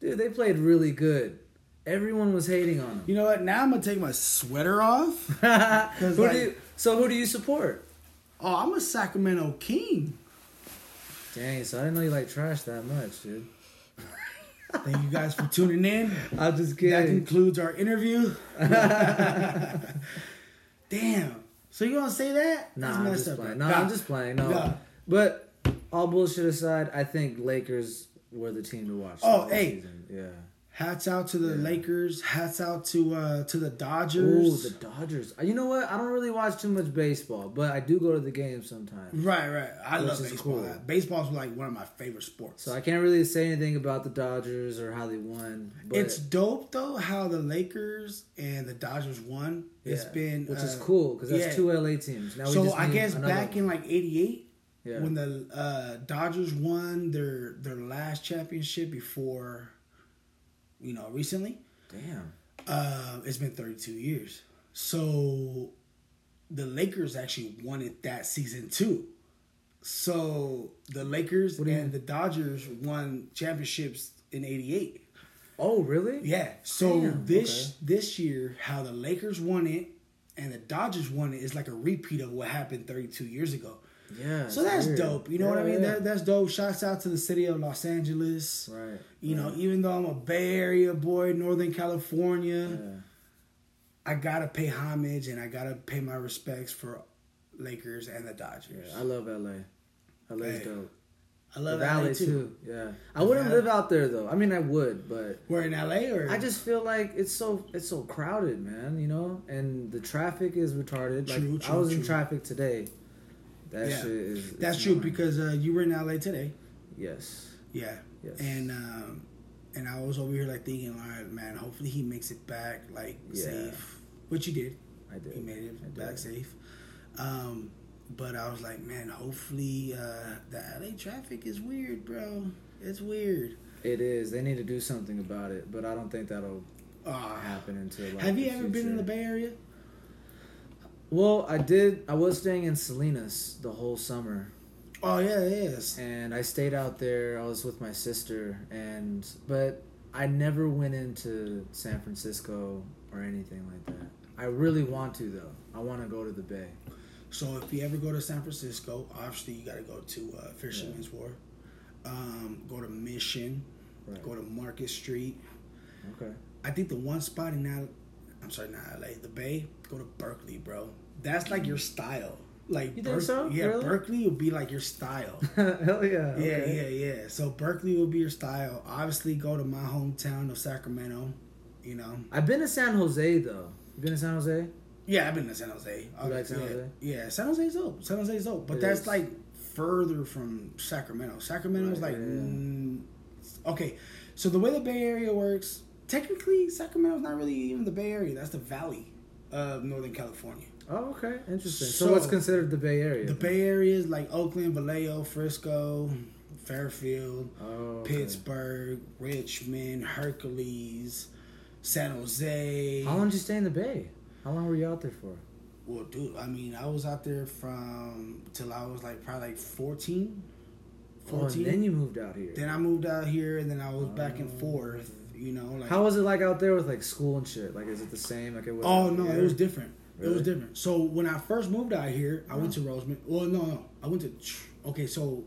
Speaker 2: Dude, they played really good. Everyone was hating on them.
Speaker 1: You know what? Now I'm gonna take my sweater off.
Speaker 2: who
Speaker 1: like-
Speaker 2: do you, so who do you support?
Speaker 1: Oh, I'm a Sacramento King.
Speaker 2: Dang, so I didn't know you like trash that much, dude.
Speaker 1: Thank you guys for tuning in.
Speaker 2: I'm just
Speaker 1: That
Speaker 2: kidding.
Speaker 1: concludes our interview. Damn. So you gonna say that?
Speaker 2: Nah,
Speaker 1: That's
Speaker 2: I'm
Speaker 1: messed
Speaker 2: just
Speaker 1: up,
Speaker 2: playing.
Speaker 1: bro.
Speaker 2: No, I'm just playing. No.
Speaker 1: Nah.
Speaker 2: But all bullshit aside, I think Lakers were the team to watch.
Speaker 1: Oh,
Speaker 2: this
Speaker 1: hey.
Speaker 2: season. yeah.
Speaker 1: Hats out to the
Speaker 2: Yeah.
Speaker 1: Lakers. Hats out to uh to the
Speaker 2: Ooh,
Speaker 1: Dodgers.
Speaker 2: the Dodgers. You know what? I don't really watch too much baseball, but I do go to the games sometimes.
Speaker 1: right, right. I
Speaker 2: Which
Speaker 1: love
Speaker 2: is
Speaker 1: baseball.
Speaker 2: cool.
Speaker 1: Baseball's like one of my favorite sports.
Speaker 2: So I can't really say anything about the Dodgers or how they won. But
Speaker 1: it's dope though how the Lakers and the Dodgers won. It's
Speaker 2: yeah.
Speaker 1: been
Speaker 2: which
Speaker 1: uh,
Speaker 2: is cool because that's
Speaker 1: yeah.
Speaker 2: two LA teams. Now we
Speaker 1: So
Speaker 2: just
Speaker 1: I
Speaker 2: need
Speaker 1: guess
Speaker 2: another
Speaker 1: back
Speaker 2: one.
Speaker 1: in like '88,
Speaker 2: yeah.
Speaker 1: when the uh, Dodgers won their their last championship before, you know, recently,
Speaker 2: damn
Speaker 1: uh, it's been 32 years. So the Lakers actually won it that season too. So the Lakers
Speaker 2: do you
Speaker 1: and the Dodgers won championships in '88.
Speaker 2: oh really
Speaker 1: Yeah. So
Speaker 2: Damn,
Speaker 1: this
Speaker 2: okay.
Speaker 1: this year, how the Lakers won it and the Dodgers won it is like a repeat of what happened 32 years ago.
Speaker 2: yeah
Speaker 1: So that's
Speaker 2: weird.
Speaker 1: dope. You know what I
Speaker 2: Yeah,
Speaker 1: mean?
Speaker 2: yeah.
Speaker 1: That, that's dope. Shouts out to the city of Los Angeles.
Speaker 2: right
Speaker 1: You know, even though I'm a Bay Area boy, Northern California,
Speaker 2: yeah.
Speaker 1: I gotta pay homage and I gotta pay my respects for Lakers and the Dodgers.
Speaker 2: Yeah, I love LA. LA's
Speaker 1: Hey,
Speaker 2: dope.
Speaker 1: I love
Speaker 2: the
Speaker 1: LA
Speaker 2: Valley
Speaker 1: too.
Speaker 2: too. Yeah, I wouldn't
Speaker 1: Valley.
Speaker 2: live out there though. I mean, I would, but
Speaker 1: We're in LA or
Speaker 2: I just feel like it's so it's so crowded, man. You know, and the traffic is retarded. Like
Speaker 1: True,
Speaker 2: I
Speaker 1: true,
Speaker 2: was in
Speaker 1: true.
Speaker 2: traffic today. That
Speaker 1: Yeah.
Speaker 2: shit is.
Speaker 1: that's
Speaker 2: it's
Speaker 1: true
Speaker 2: annoying.
Speaker 1: because uh, you were in LA today.
Speaker 2: yes,
Speaker 1: Yeah.
Speaker 2: yes,
Speaker 1: and um, and I was over here like thinking, all right, man, hopefully he makes it back like
Speaker 2: Yeah.
Speaker 1: safe, which he did.
Speaker 2: I
Speaker 1: He
Speaker 2: did.
Speaker 1: made
Speaker 2: I
Speaker 1: it
Speaker 2: did.
Speaker 1: back safe. Um, but I was like, man, hopefully uh, the LA traffic is weird, bro. It's weird.
Speaker 2: It is. They need to do something about it, but I don't think that'll
Speaker 1: Uh,
Speaker 2: happen until. Like,
Speaker 1: have
Speaker 2: the
Speaker 1: you ever been in
Speaker 2: future.
Speaker 1: the Bay Area?
Speaker 2: Well, I did. I was staying in Salinas the whole summer.
Speaker 1: Oh yeah, yes.
Speaker 2: and I stayed out there. I was with my sister, and but I never went into San Francisco or anything like that. I really want to though. I want to go to the Bay.
Speaker 1: So if you ever go to San Francisco, obviously you got to go to uh, Fisherman's Wharf. Um, go to Mission.
Speaker 2: Right.
Speaker 1: Go to Market Street.
Speaker 2: Okay.
Speaker 1: I think the one spot in L I'm sorry, not LA, the Bay, go to Berkeley, bro. That's like your style. Like
Speaker 2: Mm. You think so?
Speaker 1: Yeah,
Speaker 2: Really?
Speaker 1: Berkeley will be like your style.
Speaker 2: Hell yeah.
Speaker 1: yeah, yeah, yeah. So Berkeley will be your style. Obviously go to my hometown of Sacramento, you know.
Speaker 2: I've been to San Jose though. You been to San Jose?
Speaker 1: Yeah, I've been to San Jose.
Speaker 2: You like San
Speaker 1: yeah.
Speaker 2: Jose?
Speaker 1: Yeah, San Jose's dope. San Jose's dope. But
Speaker 2: It
Speaker 1: that's
Speaker 2: is.
Speaker 1: like further from Sacramento. Sacramento's
Speaker 2: Right,
Speaker 1: like
Speaker 2: yeah.
Speaker 1: mm, okay. So the way the Bay Area works, technically Sacramento's not really even the Bay Area. That's the Valley of Northern California.
Speaker 2: Oh, okay. Interesting. So,
Speaker 1: So-
Speaker 2: what's considered the Bay Area?
Speaker 1: The Bay Area is like Oakland, Vallejo, Frisco, Fairfield,
Speaker 2: Oh. okay.
Speaker 1: Pittsburgh, Richmond, Hercules, San Jose.
Speaker 2: How long did you stay in the Bay? How long were you out there for? Oh,
Speaker 1: Well, dude, I mean, I was out there from till I was like probably like 14.
Speaker 2: Oh,
Speaker 1: 14.
Speaker 2: and then you moved out here.
Speaker 1: then I moved out here and then I was back and
Speaker 2: Oh.
Speaker 1: forth, you know, like
Speaker 2: How was it like out there with like school and shit? Like, is it the same? Like it was.
Speaker 1: Oh
Speaker 2: out
Speaker 1: no,
Speaker 2: here?
Speaker 1: it was different. It was
Speaker 2: Really?
Speaker 1: different. So when I first moved out here, I went to
Speaker 2: Uh-huh.
Speaker 1: Roseman. Well, no, no, I went to. tr- Okay, so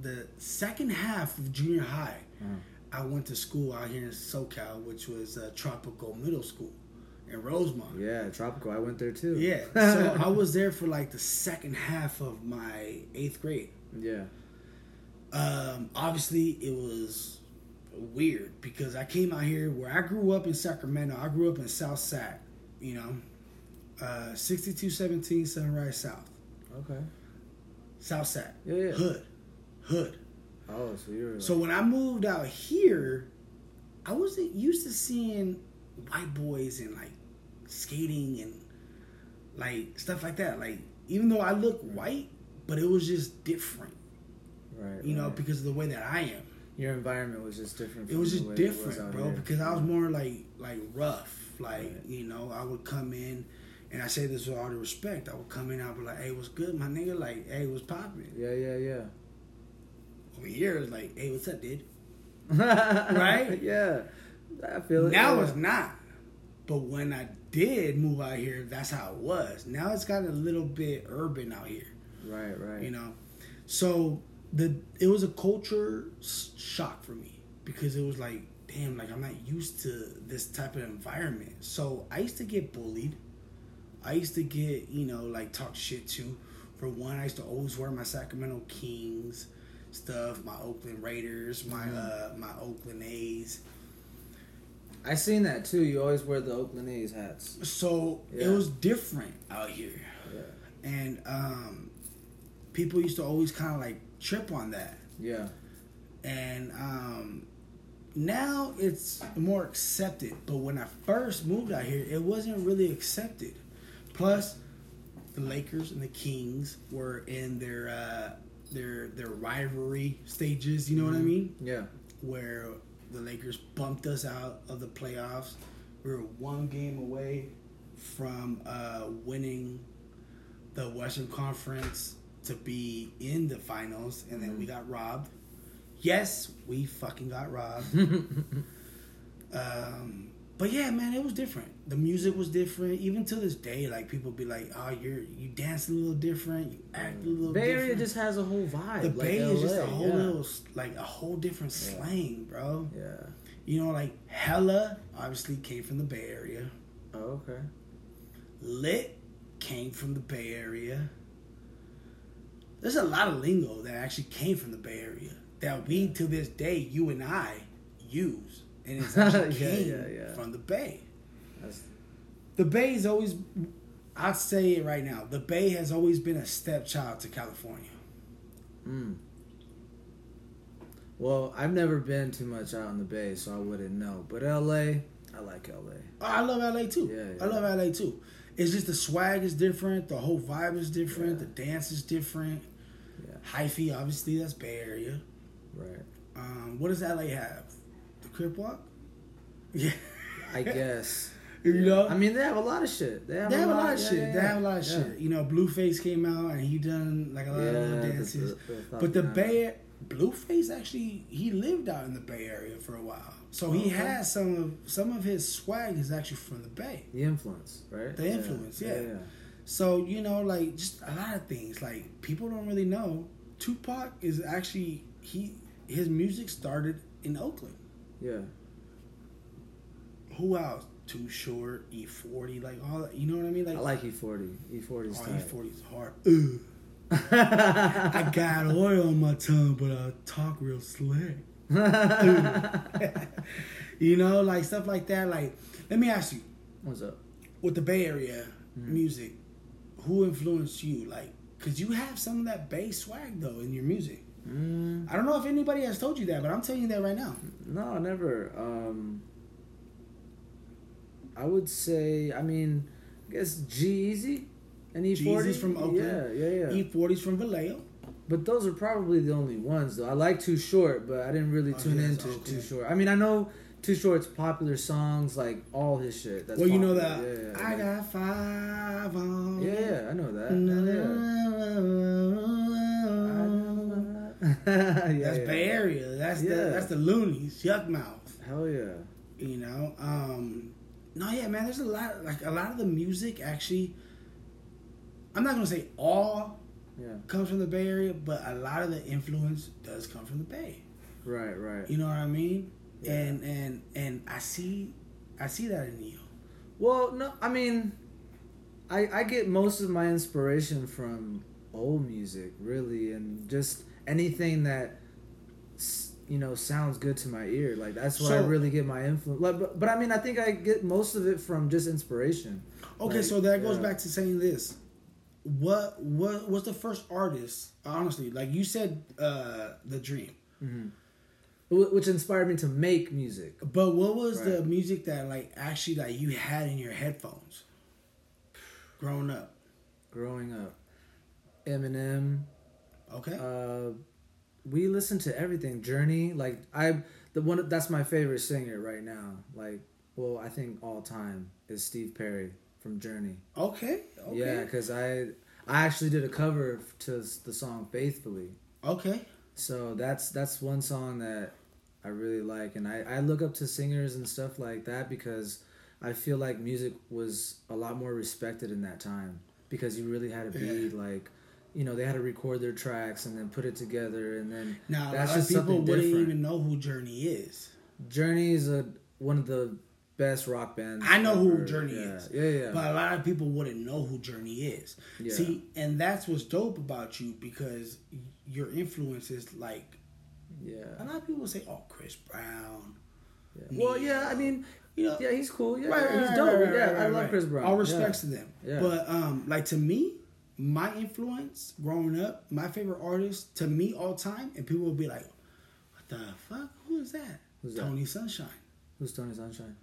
Speaker 1: the second half of junior high,
Speaker 2: Uh-huh.
Speaker 1: I went to school out here in SoCal, which was uh, Tropical Middle School in Rosemont.
Speaker 2: Yeah, tropical. I went there too.
Speaker 1: Yeah. So I was there for like the second half of my eighth grade.
Speaker 2: yeah.
Speaker 1: Um, obviously, it was weird because I came out here where I grew up in Sacramento. I grew up in South Sac, you know, uh, 6217 Sunrise South.
Speaker 2: Okay.
Speaker 1: South Sac.
Speaker 2: Yeah, yeah.
Speaker 1: Hood. Hood.
Speaker 2: Oh, so you were.
Speaker 1: So when I moved out here, I wasn't used to seeing white boys and like skating and like stuff like that. Like, even though I look white, but it was just different,
Speaker 2: right,
Speaker 1: you know,
Speaker 2: right.
Speaker 1: because of the way that I am.
Speaker 2: your environment was just different.
Speaker 1: it was just
Speaker 2: from the way
Speaker 1: different,
Speaker 2: out
Speaker 1: bro.
Speaker 2: here.
Speaker 1: Because I was more like like rough, like
Speaker 2: Right.
Speaker 1: you know, I would come in, and I say this with all the respect. I would come in, I'd be like, "Hey, what's good, my nigga?" Like, "Hey, what's poppin?"
Speaker 2: Yeah, yeah, yeah.
Speaker 1: Over here, it's like, "Hey, what's up, dude?"
Speaker 2: right? Yeah. I feel it.
Speaker 1: Now
Speaker 2: yeah.
Speaker 1: it's not, but when I did move out here, that's how it was. Now it's got a little bit urban out here,
Speaker 2: Right, right.
Speaker 1: you know. So the it was a culture s- shock for me because it was like, damn, like I'm not used to this type of environment. So I used to get bullied. I used to get you know like talk shit to, For one, I used to always wear my Sacramento Kings stuff, my Oakland Raiders, my uh, my Oakland A's.
Speaker 2: I seen that too. You always wear the Oakland A's hats.
Speaker 1: So it
Speaker 2: Yeah.
Speaker 1: was different out here,
Speaker 2: Yeah.
Speaker 1: and um, people used to always kind of like trip on that.
Speaker 2: Yeah.
Speaker 1: and um, now it's more accepted. But when I first moved out here, it wasn't really accepted. Plus, the Lakers and the Kings were in their uh, their their rivalry stages. You know what I mean?
Speaker 2: Yeah.
Speaker 1: Where the Lakers bumped us out of the playoffs. We were one game away from uh, winning the Western Conference to be in the finals, and then we
Speaker 2: Mm-hmm.
Speaker 1: got robbed. Yes, we fucking got robbed. um, but yeah, man, it was different. The music was different. Even to this day, like people be like, "Oh, you're you dance a little different, you act a little."
Speaker 2: Bay Area
Speaker 1: different.
Speaker 2: just has a whole vibe.
Speaker 1: the
Speaker 2: like
Speaker 1: Bay is just
Speaker 2: LA,
Speaker 1: a whole
Speaker 2: yeah.
Speaker 1: little s- like a whole different
Speaker 2: Yeah.
Speaker 1: slang, bro.
Speaker 2: Yeah.
Speaker 1: You know, like hella obviously came from the Bay Area.
Speaker 2: Oh, okay.
Speaker 1: Lit came from the Bay Area. There's a lot of lingo that actually came from the Bay Area that we to this day, you and I, use. And it's actually
Speaker 2: Yeah,
Speaker 1: came
Speaker 2: yeah, yeah.
Speaker 1: from the Bay.
Speaker 2: That's
Speaker 1: The Bay is always I'll say it right now, the Bay has always been a stepchild to California.
Speaker 2: mm. Well, I've never been too much out in the Bay, so I wouldn't know. But LA, I like LA.
Speaker 1: Oh, I love LA too.
Speaker 2: Yeah, yeah.
Speaker 1: I love LA too. It's just the swag is different, the whole vibe is different,
Speaker 2: Yeah.
Speaker 1: the dance is different.
Speaker 2: Yeah.
Speaker 1: Hyphy, obviously, that's Bay Area.
Speaker 2: Right.
Speaker 1: Um, what does LA have? The Crip Walk? Yeah.
Speaker 2: I guess.
Speaker 1: you know?
Speaker 2: I mean, they have a lot of shit. They have,
Speaker 1: they have a lot of
Speaker 2: yeah,
Speaker 1: shit.
Speaker 2: yeah,
Speaker 1: They have a lot of
Speaker 2: yeah.
Speaker 1: shit. You know, Blueface came out and he done like a lot
Speaker 2: Yeah,
Speaker 1: of little
Speaker 2: the-
Speaker 1: dances.
Speaker 2: the- the
Speaker 1: but the
Speaker 2: Falcon
Speaker 1: Bay Blueface actually he lived out in the Bay Area for a while. So he
Speaker 2: Okay.
Speaker 1: has some of some of his swag is actually from the Bay.
Speaker 2: The influence, right?
Speaker 1: The influence, yeah.
Speaker 2: yeah.
Speaker 1: So you know, like just a lot of things. Like people don't really know. Tupac is actually he his music started in Oakland.
Speaker 2: yeah. yeah.
Speaker 1: Who else? Too Short, E Forty, like all that. You know what I mean? Like,
Speaker 2: I like E E40. E40
Speaker 1: oh,
Speaker 2: is
Speaker 1: E
Speaker 2: tight.
Speaker 1: Forty is hard. Ugh. I got oil on my tongue, but I talk real slick. you know, like stuff like that. Like, let me ask you,
Speaker 2: What's up?
Speaker 1: with the Bay Area
Speaker 2: Mm-hmm.
Speaker 1: music, who influenced you? Like, cause you have some of that Bay swag though in your music.
Speaker 2: Mm,
Speaker 1: I don't know if anybody has told you that, but I'm telling you that right now.
Speaker 2: no, never. Um, I would say, I mean, I guess G Easy and E40.
Speaker 1: Jeezy's from Oakland.
Speaker 2: E
Speaker 1: E
Speaker 2: Yeah, yeah, yeah.
Speaker 1: E40s from Vallejo.
Speaker 2: But those are probably the only ones, though. I like Too Short, but I didn't really
Speaker 1: Oh,
Speaker 2: tune
Speaker 1: yeah,
Speaker 2: in
Speaker 1: it's
Speaker 2: to
Speaker 1: Oakland.
Speaker 2: Too Short. I mean, I know Too Short's popular songs, like all his shit. That's
Speaker 1: well, you know that.
Speaker 2: popular. Yeah,
Speaker 1: I
Speaker 2: yeah,
Speaker 1: got five on.
Speaker 2: yeah, yeah, yeah, I know that. Yeah. yeah,
Speaker 1: That's
Speaker 2: yeah.
Speaker 1: Bay Area. That's the
Speaker 2: Yeah.
Speaker 1: that's the loonies, yuck mouth.
Speaker 2: Hell yeah.
Speaker 1: You know. Um, no, yeah, man. There's a lot. Like a lot of the music actually. I'm not gonna say all
Speaker 2: Yeah.
Speaker 1: comes from the Bay Area, but a lot of the influence does come from the Bay.
Speaker 2: Right, right.
Speaker 1: You know what I mean?
Speaker 2: Yeah.
Speaker 1: And and and I see, I see that in you.
Speaker 2: Well, no, I mean, I I get most of my inspiration from old music, really, and just anything that s- you know sounds good to my ear. Like that's where I
Speaker 1: So-
Speaker 2: really get my influence. Like, but, but I mean, I think I get most of it from just inspiration.
Speaker 1: Okay,
Speaker 2: Like,
Speaker 1: so that goes
Speaker 2: yeah.
Speaker 1: back to saying this. What what was the first artist? Honestly, like you said, uh, the Dream.
Speaker 2: Wh- Which inspired me to make music.
Speaker 1: But what was the
Speaker 2: Right.
Speaker 1: music that like actually like you had in your headphones? Growing up,
Speaker 2: Growing up, Eminem,
Speaker 1: okay.
Speaker 2: uh, we listen to everything. Journey, like I, the one that's my favorite singer right now. Like, well, I think all time is Steve Perry from Journey.
Speaker 1: okay, okay,
Speaker 2: Yeah, because I, I actually did a cover f- to s- the song Faithfully.
Speaker 1: okay.
Speaker 2: So that's that's one song that I really like, and I I look up to singers and stuff like that because I feel like music was a lot more respected in that time because you really had to be like. You know they had to record their tracks and then put it together and then
Speaker 1: Now a
Speaker 2: that's
Speaker 1: lot of
Speaker 2: just
Speaker 1: people
Speaker 2: something
Speaker 1: wouldn't
Speaker 2: different.
Speaker 1: even know who Journey is.
Speaker 2: Journey is a one of the best rock band.
Speaker 1: I know who
Speaker 2: ever.
Speaker 1: Journey
Speaker 2: Yeah.
Speaker 1: is.
Speaker 2: Yeah, yeah.
Speaker 1: But a lot of people wouldn't know who Journey is.
Speaker 2: Yeah.
Speaker 1: See, and that's what's dope about you because your influence is like a
Speaker 2: yeah.
Speaker 1: lot of people say, "Oh, Chris Brown."
Speaker 2: yeah. Well, yeah. I mean,
Speaker 1: You know,
Speaker 2: yeah, he's cool. Yeah,
Speaker 1: Right, right,
Speaker 2: he's
Speaker 1: right,
Speaker 2: dope.
Speaker 1: right, right,
Speaker 2: yeah,
Speaker 1: right,
Speaker 2: I love
Speaker 1: right.
Speaker 2: Chris Brown.
Speaker 1: All
Speaker 2: Yeah.
Speaker 1: respects to them.
Speaker 2: Yeah.
Speaker 1: But um, like to me, my influence growing up, my favorite artist to me all time, and people will be like, "What the fuck? Who is that?"
Speaker 2: Who's that?
Speaker 1: Tony Sunshine.
Speaker 2: Who's Tony Sunshine?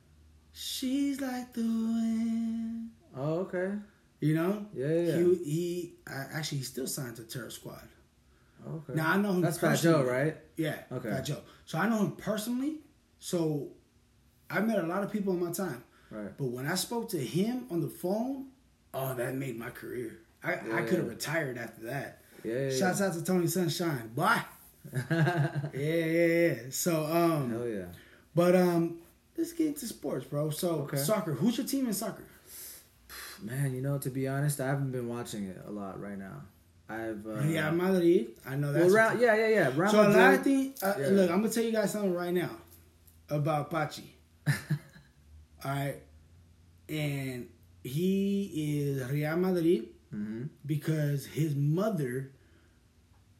Speaker 1: She's like the wind.
Speaker 2: Oh, okay.
Speaker 1: You know.
Speaker 2: Yeah, yeah, yeah.
Speaker 1: He, he I, actually he's still signed to Terror Squad.
Speaker 2: Okay.
Speaker 1: Now I know him.
Speaker 2: That's Fat Joe,
Speaker 1: personally.
Speaker 2: right?
Speaker 1: Yeah.
Speaker 2: Okay.
Speaker 1: Fat Joe. So I know him personally. So I met a lot of people in my time.
Speaker 2: Right.
Speaker 1: But when I spoke to him on the phone, oh, that made my career. I, I
Speaker 2: Yeah.
Speaker 1: could have retired after that.
Speaker 2: Yeah, yeah,
Speaker 1: Shouts out to Tony Sunshine. Bye. yeah, yeah, yeah. So, um,
Speaker 2: Hell yeah.
Speaker 1: but um, let's get into sports, bro. So,
Speaker 2: Okay.
Speaker 1: soccer. Who's your team in soccer?
Speaker 2: Man, you know, to be honest, I haven't been watching it a lot right now. I've uh,
Speaker 1: yeah, Madrid. I know
Speaker 2: well,
Speaker 1: that's.
Speaker 2: Ra- yeah, yeah, yeah. Real
Speaker 1: so a lot
Speaker 2: Madrid-
Speaker 1: of things. Uh,
Speaker 2: Yeah.
Speaker 1: Look, I'm gonna tell you guys something right now about Pachi. All right, and he is Real Madrid
Speaker 2: Mhm.
Speaker 1: because his mother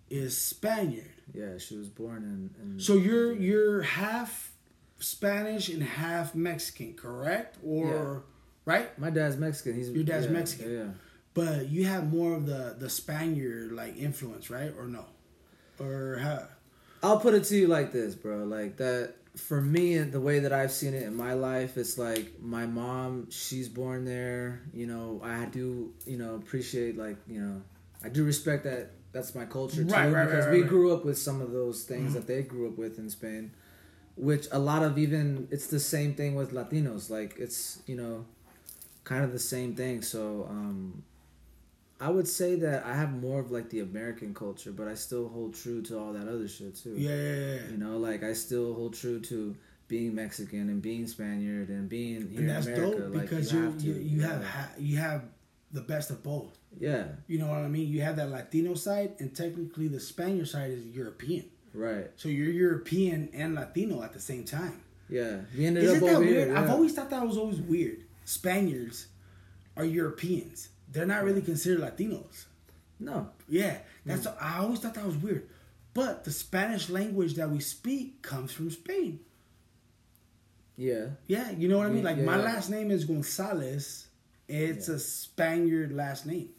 Speaker 1: is Spaniard.
Speaker 2: Yeah, she was born in. in
Speaker 1: So you're you're half Spanish and half Mexican, correct? Or right?
Speaker 2: My dad's Mexican. He's
Speaker 1: Your dad's
Speaker 2: yeah,
Speaker 1: Mexican.
Speaker 2: Yeah.
Speaker 1: But you have more of the the Spaniard like influence, right? Or no? Or how?
Speaker 2: I'll put it to you like this, bro. Like that for me, the way that I've seen it in my life, it's like my mom. She's born there. You know, I do. You know, appreciate like you know, I do respect that. That's my culture too,
Speaker 1: Right, right, right,
Speaker 2: because
Speaker 1: right, Mm-hmm.
Speaker 2: we
Speaker 1: right.
Speaker 2: grew up with some of those things that they grew up with in Spain, which a lot of even it's the same thing with Latinos. Like it's you know, kind of the same thing. So um, I would say that I have more of like the American culture, but I still hold true to all that other shit too.
Speaker 1: Yeah, yeah, yeah.
Speaker 2: You know, like I still hold true to being Mexican and being Spaniard and being here
Speaker 1: And that's
Speaker 2: in America.
Speaker 1: dope
Speaker 2: like,
Speaker 1: because
Speaker 2: you
Speaker 1: you
Speaker 2: have to,
Speaker 1: you, you
Speaker 2: yeah.
Speaker 1: have ha- you have the best of both.
Speaker 2: yeah,
Speaker 1: You know what I mean? You have that Latino side, and technically the Spaniard side is European.
Speaker 2: right,
Speaker 1: So you're European and Latino at the same time.
Speaker 2: yeah. We ended
Speaker 1: Isn't
Speaker 2: up
Speaker 1: that
Speaker 2: over
Speaker 1: weird?
Speaker 2: here. Yeah.
Speaker 1: I've always thought that was always weird. Spaniards are Europeans. They're not really considered Latinos.
Speaker 2: no,
Speaker 1: Yeah, that's
Speaker 2: Mm.
Speaker 1: I always thought that was weird. But the Spanish language that we speak comes from Spain.
Speaker 2: yeah,
Speaker 1: Yeah, you know what I mean?
Speaker 2: Yeah,
Speaker 1: Like my
Speaker 2: Mm, yeah.
Speaker 1: last name is Gonzalez. It's a Spaniard last name.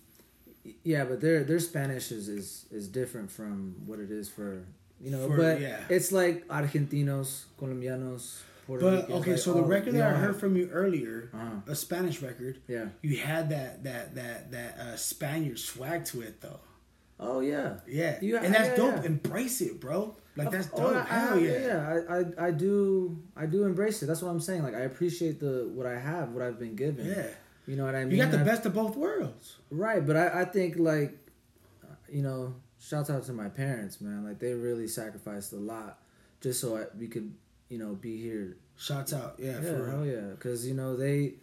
Speaker 2: yeah. But their their Spanish is is is different from what it is for you know.
Speaker 1: For-
Speaker 2: but
Speaker 1: yeah.
Speaker 2: it's like Argentinos, Colombianos, Puerto
Speaker 1: But
Speaker 2: Ricans,
Speaker 1: okay,
Speaker 2: like, oh,
Speaker 1: so the
Speaker 2: all-
Speaker 1: record
Speaker 2: they
Speaker 1: that I
Speaker 2: all
Speaker 1: heard
Speaker 2: have-
Speaker 1: from you earlier,
Speaker 2: Uh-huh.
Speaker 1: a Spanish record,
Speaker 2: Yeah.
Speaker 1: you had that that that that uh, Spaniard swag to it though.
Speaker 2: Oh yeah,
Speaker 1: Yeah,
Speaker 2: You-
Speaker 1: and that's
Speaker 2: yeah,
Speaker 1: dope.
Speaker 2: yeah.
Speaker 1: Embrace it, bro. Like that's dope.
Speaker 2: Oh, I- I-
Speaker 1: Hell yeah.
Speaker 2: yeah. I, I, I do, I do embrace it. That's what I'm saying. Like, I appreciate the what I have, what I've been given.
Speaker 1: Yeah.
Speaker 2: You know what I mean?
Speaker 1: You got the
Speaker 2: I've-
Speaker 1: best of both worlds.
Speaker 2: Right, but I, I think like, uh, you know, shouts out to my parents, man. Like they really sacrificed a lot just so I, we could, you know, be here.
Speaker 1: Shouts out, yeah,
Speaker 2: Yeah,
Speaker 1: for real.
Speaker 2: hell yeah, because you know they,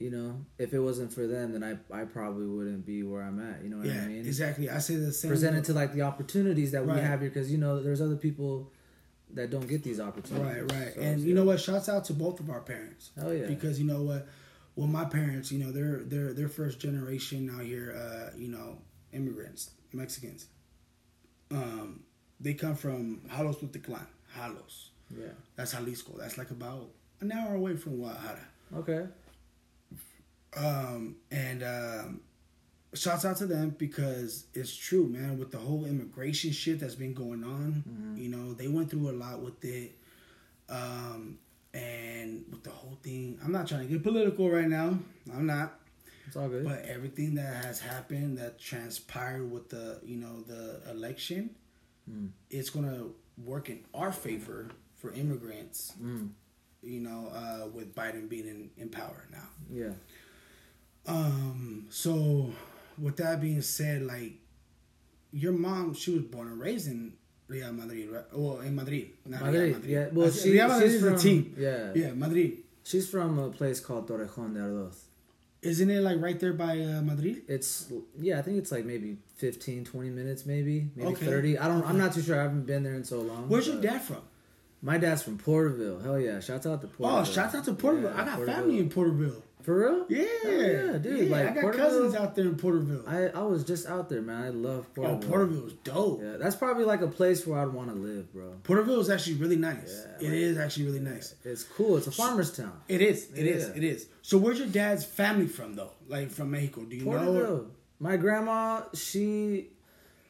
Speaker 2: you know, if it wasn't for them, then I I probably wouldn't be where I'm at. You know what
Speaker 1: yeah,
Speaker 2: I mean?
Speaker 1: exactly. I say the same.
Speaker 2: Presented to like the opportunities that
Speaker 1: Right.
Speaker 2: we have here, because you know, there's other people that don't get these opportunities.
Speaker 1: Right, right.
Speaker 2: So
Speaker 1: and
Speaker 2: it's-
Speaker 1: you know what? Shouts out to both of our parents.
Speaker 2: Hell yeah.
Speaker 1: Because you know what? Well, my parents, you know, they're they're they're first generation out here. Uh, you know, immigrants, Mexicans. Um, they come from Jalos Tutitlán, Jalos.
Speaker 2: yeah,
Speaker 1: That's Jalisco. That's like about an hour away from Guadalajara.
Speaker 2: okay,
Speaker 1: Um, and um, shouts out to them because it's true, man. With the whole immigration shit that's been going on, you know, they went through a lot with it. Um, and with the whole thing, I'm not trying to get political right now. I'm not.
Speaker 2: it's all good.
Speaker 1: But everything that has happened that transpired with the you know the election, it's gonna work in our favor for immigrants. You know, uh, with Biden being in, in power now.
Speaker 2: yeah,
Speaker 1: Um. So, with that being said, like, your mom, she was born and raised in Real Madrid, right? Well, in Madrid. Not Real
Speaker 2: Madrid, yeah. Well,
Speaker 1: I said
Speaker 2: she-
Speaker 1: Real Madrid
Speaker 2: she's
Speaker 1: is the
Speaker 2: from-
Speaker 1: team.
Speaker 2: yeah.
Speaker 1: Yeah, Madrid.
Speaker 2: she's from a place called Torrejón de Ardoz.
Speaker 1: Isn't it like right there by uh, Madrid?
Speaker 2: it's yeah i think it's like maybe 15 20 minutes maybe maybe
Speaker 1: Okay.
Speaker 2: 30 i don't i'm not too sure i haven't been there in so long
Speaker 1: Where's your
Speaker 2: but
Speaker 1: dad from?
Speaker 2: My dad's from Porterville. Hell yeah! Shouts out to Porterville.
Speaker 1: Oh, shouts out to Porterville.
Speaker 2: Yeah,
Speaker 1: I got
Speaker 2: Porterville.
Speaker 1: family in Porterville.
Speaker 2: For real?
Speaker 1: Yeah,
Speaker 2: Hell yeah, dude.
Speaker 1: Yeah,
Speaker 2: like
Speaker 1: I got
Speaker 2: Porterville,
Speaker 1: cousins out there in Porterville.
Speaker 2: I I was just out there, man. I love
Speaker 1: oh,
Speaker 2: Porterville.
Speaker 1: Porterville's dope.
Speaker 2: Yeah, that's probably like a place where I'd want to live, bro.
Speaker 1: Porterville is actually really nice.
Speaker 2: Yeah,
Speaker 1: It is
Speaker 2: like-
Speaker 1: actually really nice.
Speaker 2: It's cool. It's a farmer's town.
Speaker 1: It is. It is.
Speaker 2: Yeah.
Speaker 1: It is. So where's your dad's family from though? Like from Mexico? Do you know?
Speaker 2: Porterville. My grandma, she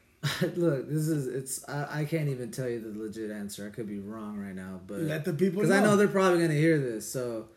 Speaker 2: look. This is it's. I, I can't even tell you the legit answer. I could be wrong right now, but
Speaker 1: Let the people
Speaker 2: because I know
Speaker 1: know.
Speaker 2: they're probably gonna hear this. So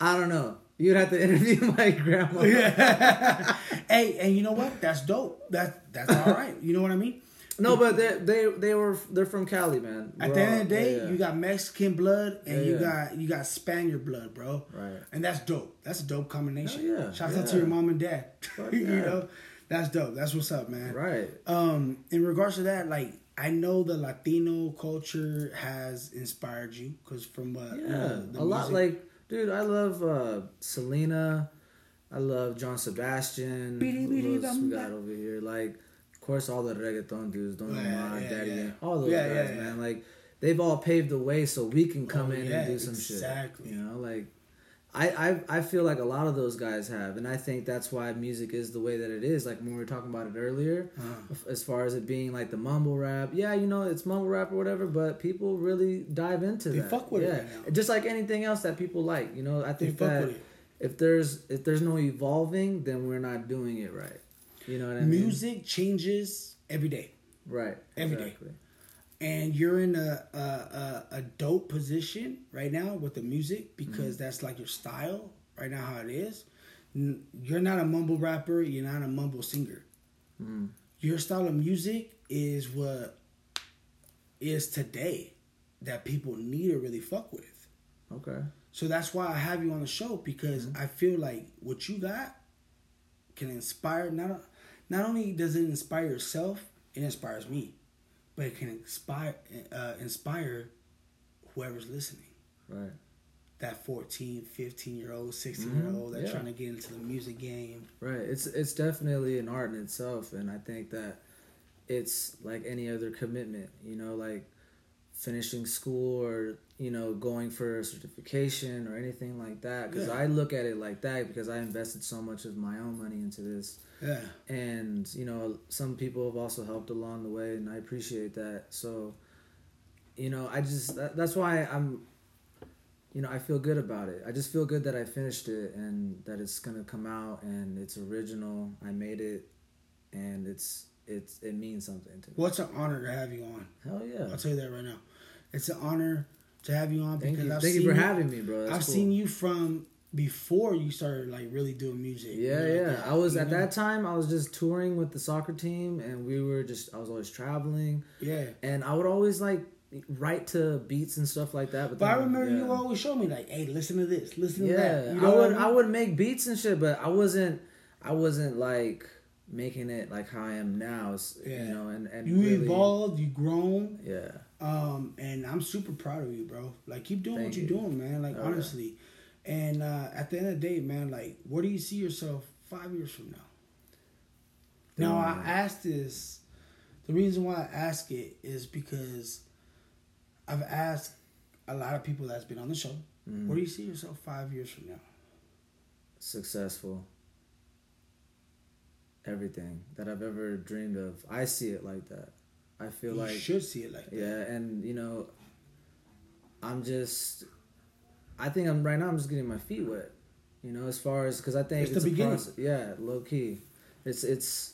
Speaker 2: I don't know. You'd have to interview my grandma.
Speaker 1: Yeah. hey, and you know what? That's dope. That that's all right. You know what I mean?
Speaker 2: No, but they they they were they're from Cali, man.
Speaker 1: At
Speaker 2: We're
Speaker 1: the end
Speaker 2: all-
Speaker 1: of the day,
Speaker 2: yeah, yeah.
Speaker 1: you got Mexican blood and you
Speaker 2: Yeah.
Speaker 1: got you got Spaniard blood, bro.
Speaker 2: Right.
Speaker 1: And that's dope. That's a dope combination.
Speaker 2: Hell yeah.
Speaker 1: Shout out to
Speaker 2: Yeah.
Speaker 1: your mom and dad.
Speaker 2: Fuck
Speaker 1: you
Speaker 2: yeah.
Speaker 1: know, that's dope. That's what's up, man.
Speaker 2: right.
Speaker 1: Um, in regards to that, like I know the Latino culture has inspired you because from what you
Speaker 2: Yeah,
Speaker 1: know, the
Speaker 2: a lot.
Speaker 1: music-
Speaker 2: Like, dude, I love uh, Selena. I love John Sebastian.
Speaker 1: Bidi
Speaker 2: Who
Speaker 1: bidi
Speaker 2: else we
Speaker 1: bamba.
Speaker 2: got over here? Like, of course, all the reggaeton dudes, Don
Speaker 1: Yeah,
Speaker 2: Omar,
Speaker 1: yeah,
Speaker 2: Daddy,
Speaker 1: yeah.
Speaker 2: Yan- all those
Speaker 1: Yeah, yeah,
Speaker 2: guys,
Speaker 1: yeah.
Speaker 2: man. Like, they've all paved the way so we can come
Speaker 1: Oh,
Speaker 2: in
Speaker 1: yeah,
Speaker 2: and do some
Speaker 1: exactly.
Speaker 2: shit. You know, like. I, I, I feel like a lot of those guys have, and I think that's why music is the way that it is. Like when we were talking about it earlier,
Speaker 1: Uh-huh.
Speaker 2: as far as it being like the mumble rap, yeah, you know it's mumble rap or whatever, but people really dive into
Speaker 1: They
Speaker 2: that.
Speaker 1: fuck with it
Speaker 2: yeah.
Speaker 1: right now.
Speaker 2: Just like anything else that people like, you know, I think
Speaker 1: fuck
Speaker 2: that
Speaker 1: with it.
Speaker 2: if there's if there's no evolving, then we're not doing it right. You know what I mean?
Speaker 1: music changes every day.
Speaker 2: Right.
Speaker 1: every day.
Speaker 2: exactly.
Speaker 1: and you're in a a, a a dope position right now with the music because
Speaker 2: Mm-hmm.
Speaker 1: that's like your style right now how it is. N- You're not a mumble rapper. You're not a mumble singer.
Speaker 2: Mm.
Speaker 1: Your style of music is what is today that people need to really fuck with.
Speaker 2: Okay.
Speaker 1: So that's why I have you on the show because
Speaker 2: Mm-hmm.
Speaker 1: I feel like what you got can inspire not not only does it inspire yourself, it inspires me, but it can inspire uh, inspire whoever's listening.
Speaker 2: Right.
Speaker 1: That 14, 15 year old, 16 year old that's
Speaker 2: Mm-hmm. yeah.
Speaker 1: trying to get into the music game.
Speaker 2: Right. It's it's definitely an art in itself and I think that it's like any other commitment, you know, like finishing school or you know going for a certification or anything like that because
Speaker 1: Yeah.
Speaker 2: i look at it like that because i invested so much of my own money into this
Speaker 1: Yeah.
Speaker 2: and you know some people have also helped along the way and i appreciate that so you know i just that, that's why i'm you know i feel good about it i just feel good that i finished it and that it's gonna come out and it's original i made it and it's it's it means something to me
Speaker 1: Well, it's an honor to have you on.
Speaker 2: hell yeah
Speaker 1: I'll tell you that right now. It's an honor to have you on
Speaker 2: thank
Speaker 1: because
Speaker 2: you
Speaker 1: I've
Speaker 2: thank you
Speaker 1: seen
Speaker 2: for having me bro That's
Speaker 1: I've
Speaker 2: cool.
Speaker 1: seen you from before you started like really doing music. you
Speaker 2: Yeah,
Speaker 1: know, like
Speaker 2: yeah.
Speaker 1: that,
Speaker 2: I was
Speaker 1: you
Speaker 2: at
Speaker 1: know?
Speaker 2: that time. I was just touring with the soccer team, and we were just. I was always traveling,
Speaker 1: Yeah.
Speaker 2: and I would always like write to beats and stuff like that. But,
Speaker 1: But I
Speaker 2: then-
Speaker 1: remember
Speaker 2: yeah.
Speaker 1: you always show me like, hey, listen to this, listen to
Speaker 2: Yeah,
Speaker 1: that. You know
Speaker 2: I would.
Speaker 1: what
Speaker 2: I,
Speaker 1: mean?
Speaker 2: would make beats and shit, but I wasn't. I wasn't like making it like how I am now. s-
Speaker 1: Yeah.
Speaker 2: You know, and and
Speaker 1: You
Speaker 2: really,
Speaker 1: evolved, you grown,
Speaker 2: Yeah,
Speaker 1: um, and I'm super proud of you, bro. Like, keep doing
Speaker 2: Thank
Speaker 1: what you're
Speaker 2: you.
Speaker 1: doing, man. Like,
Speaker 2: Oh, yeah.
Speaker 1: honestly, and uh, at the end of the day, man, like, where do you see yourself five years from now? Now, I
Speaker 2: Mm.
Speaker 1: asked this. The reason why I ask it is because I've asked a lot of people that's been on the show,
Speaker 2: Mm.
Speaker 1: where do you see yourself five years from now?
Speaker 2: successful. Everything that I've ever dreamed of, I see it like that. I feel
Speaker 1: you
Speaker 2: like
Speaker 1: should see it like that.
Speaker 2: Yeah, and you know, I'm just, I think I'm right now. I'm just getting my feet wet, you know, as far as because I think
Speaker 1: It's the
Speaker 2: a
Speaker 1: beginning.
Speaker 2: process- yeah, low key, it's it's.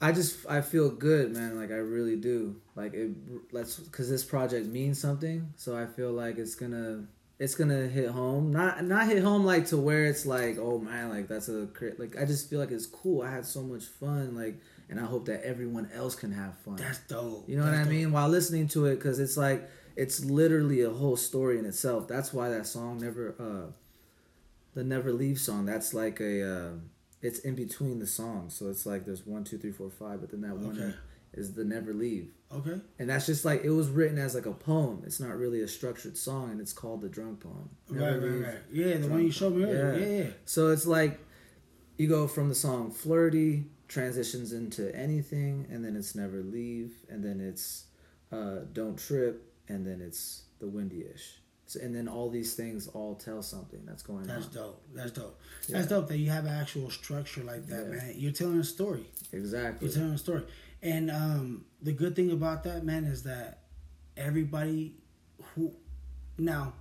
Speaker 2: I just I feel good, man. Like I really do. Like it. Let's because this project means something. So I feel like it's gonna it's gonna hit home. Not not hit home like to where it's like oh man like that's a cra- like I just feel like it's cool. I had so much fun like and I hope that everyone else can have fun.
Speaker 1: That's dope.
Speaker 2: You know what
Speaker 1: That's
Speaker 2: I
Speaker 1: dope.
Speaker 2: mean? While listening to it, because it's like it's literally a whole story in itself. That's why that song never, uh, the Never Leave song. That's like a, uh, it's in between the songs. So it's like there's one, two, three, four, five, but then that
Speaker 1: Okay.
Speaker 2: one is the Never Leave,
Speaker 1: Okay.
Speaker 2: and that's just like it was written as like a poem. It's not really a structured song, and it's called the Drunk Poem.
Speaker 1: Right,
Speaker 2: Never
Speaker 1: right,
Speaker 2: Leave.
Speaker 1: right. Yeah, the one you showed me earlier. Yeah, yeah.
Speaker 2: So it's like you go from the song flirty transitions into anything, and then it's never leave, and then it's uh, don't trip, and then it's the windy-ish so, and then all these things all tell something that's going
Speaker 1: That's
Speaker 2: on
Speaker 1: dope. That's dope.
Speaker 2: Yeah.
Speaker 1: That's dope that you have actual structure like that,
Speaker 2: Yeah.
Speaker 1: man. You're telling a story.
Speaker 2: exactly
Speaker 1: You're telling a story. And um, the good thing about that, man, is that everybody who now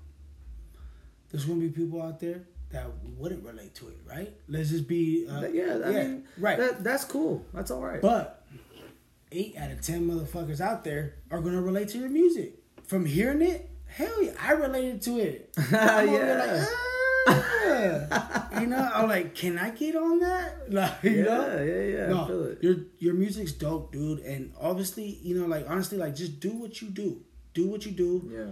Speaker 1: there's gonna be people out there that wouldn't relate to it, right? Let's just be uh,
Speaker 2: That- yeah, I mean,
Speaker 1: right.
Speaker 2: That, that's cool. That's all right.
Speaker 1: but eight out of ten motherfuckers out there are gonna relate to your music from hearing it. Hell yeah, I related to it. I'm over there
Speaker 2: Yeah.
Speaker 1: like, "Ah." you know, I'm like, can I get on that? Like,
Speaker 2: yeah,
Speaker 1: you know,
Speaker 2: yeah, yeah, I feel
Speaker 1: no,
Speaker 2: it.
Speaker 1: your your music's dope, dude. And obviously, you know, like honestly, like just do what you do. Do what you do.
Speaker 2: Yeah,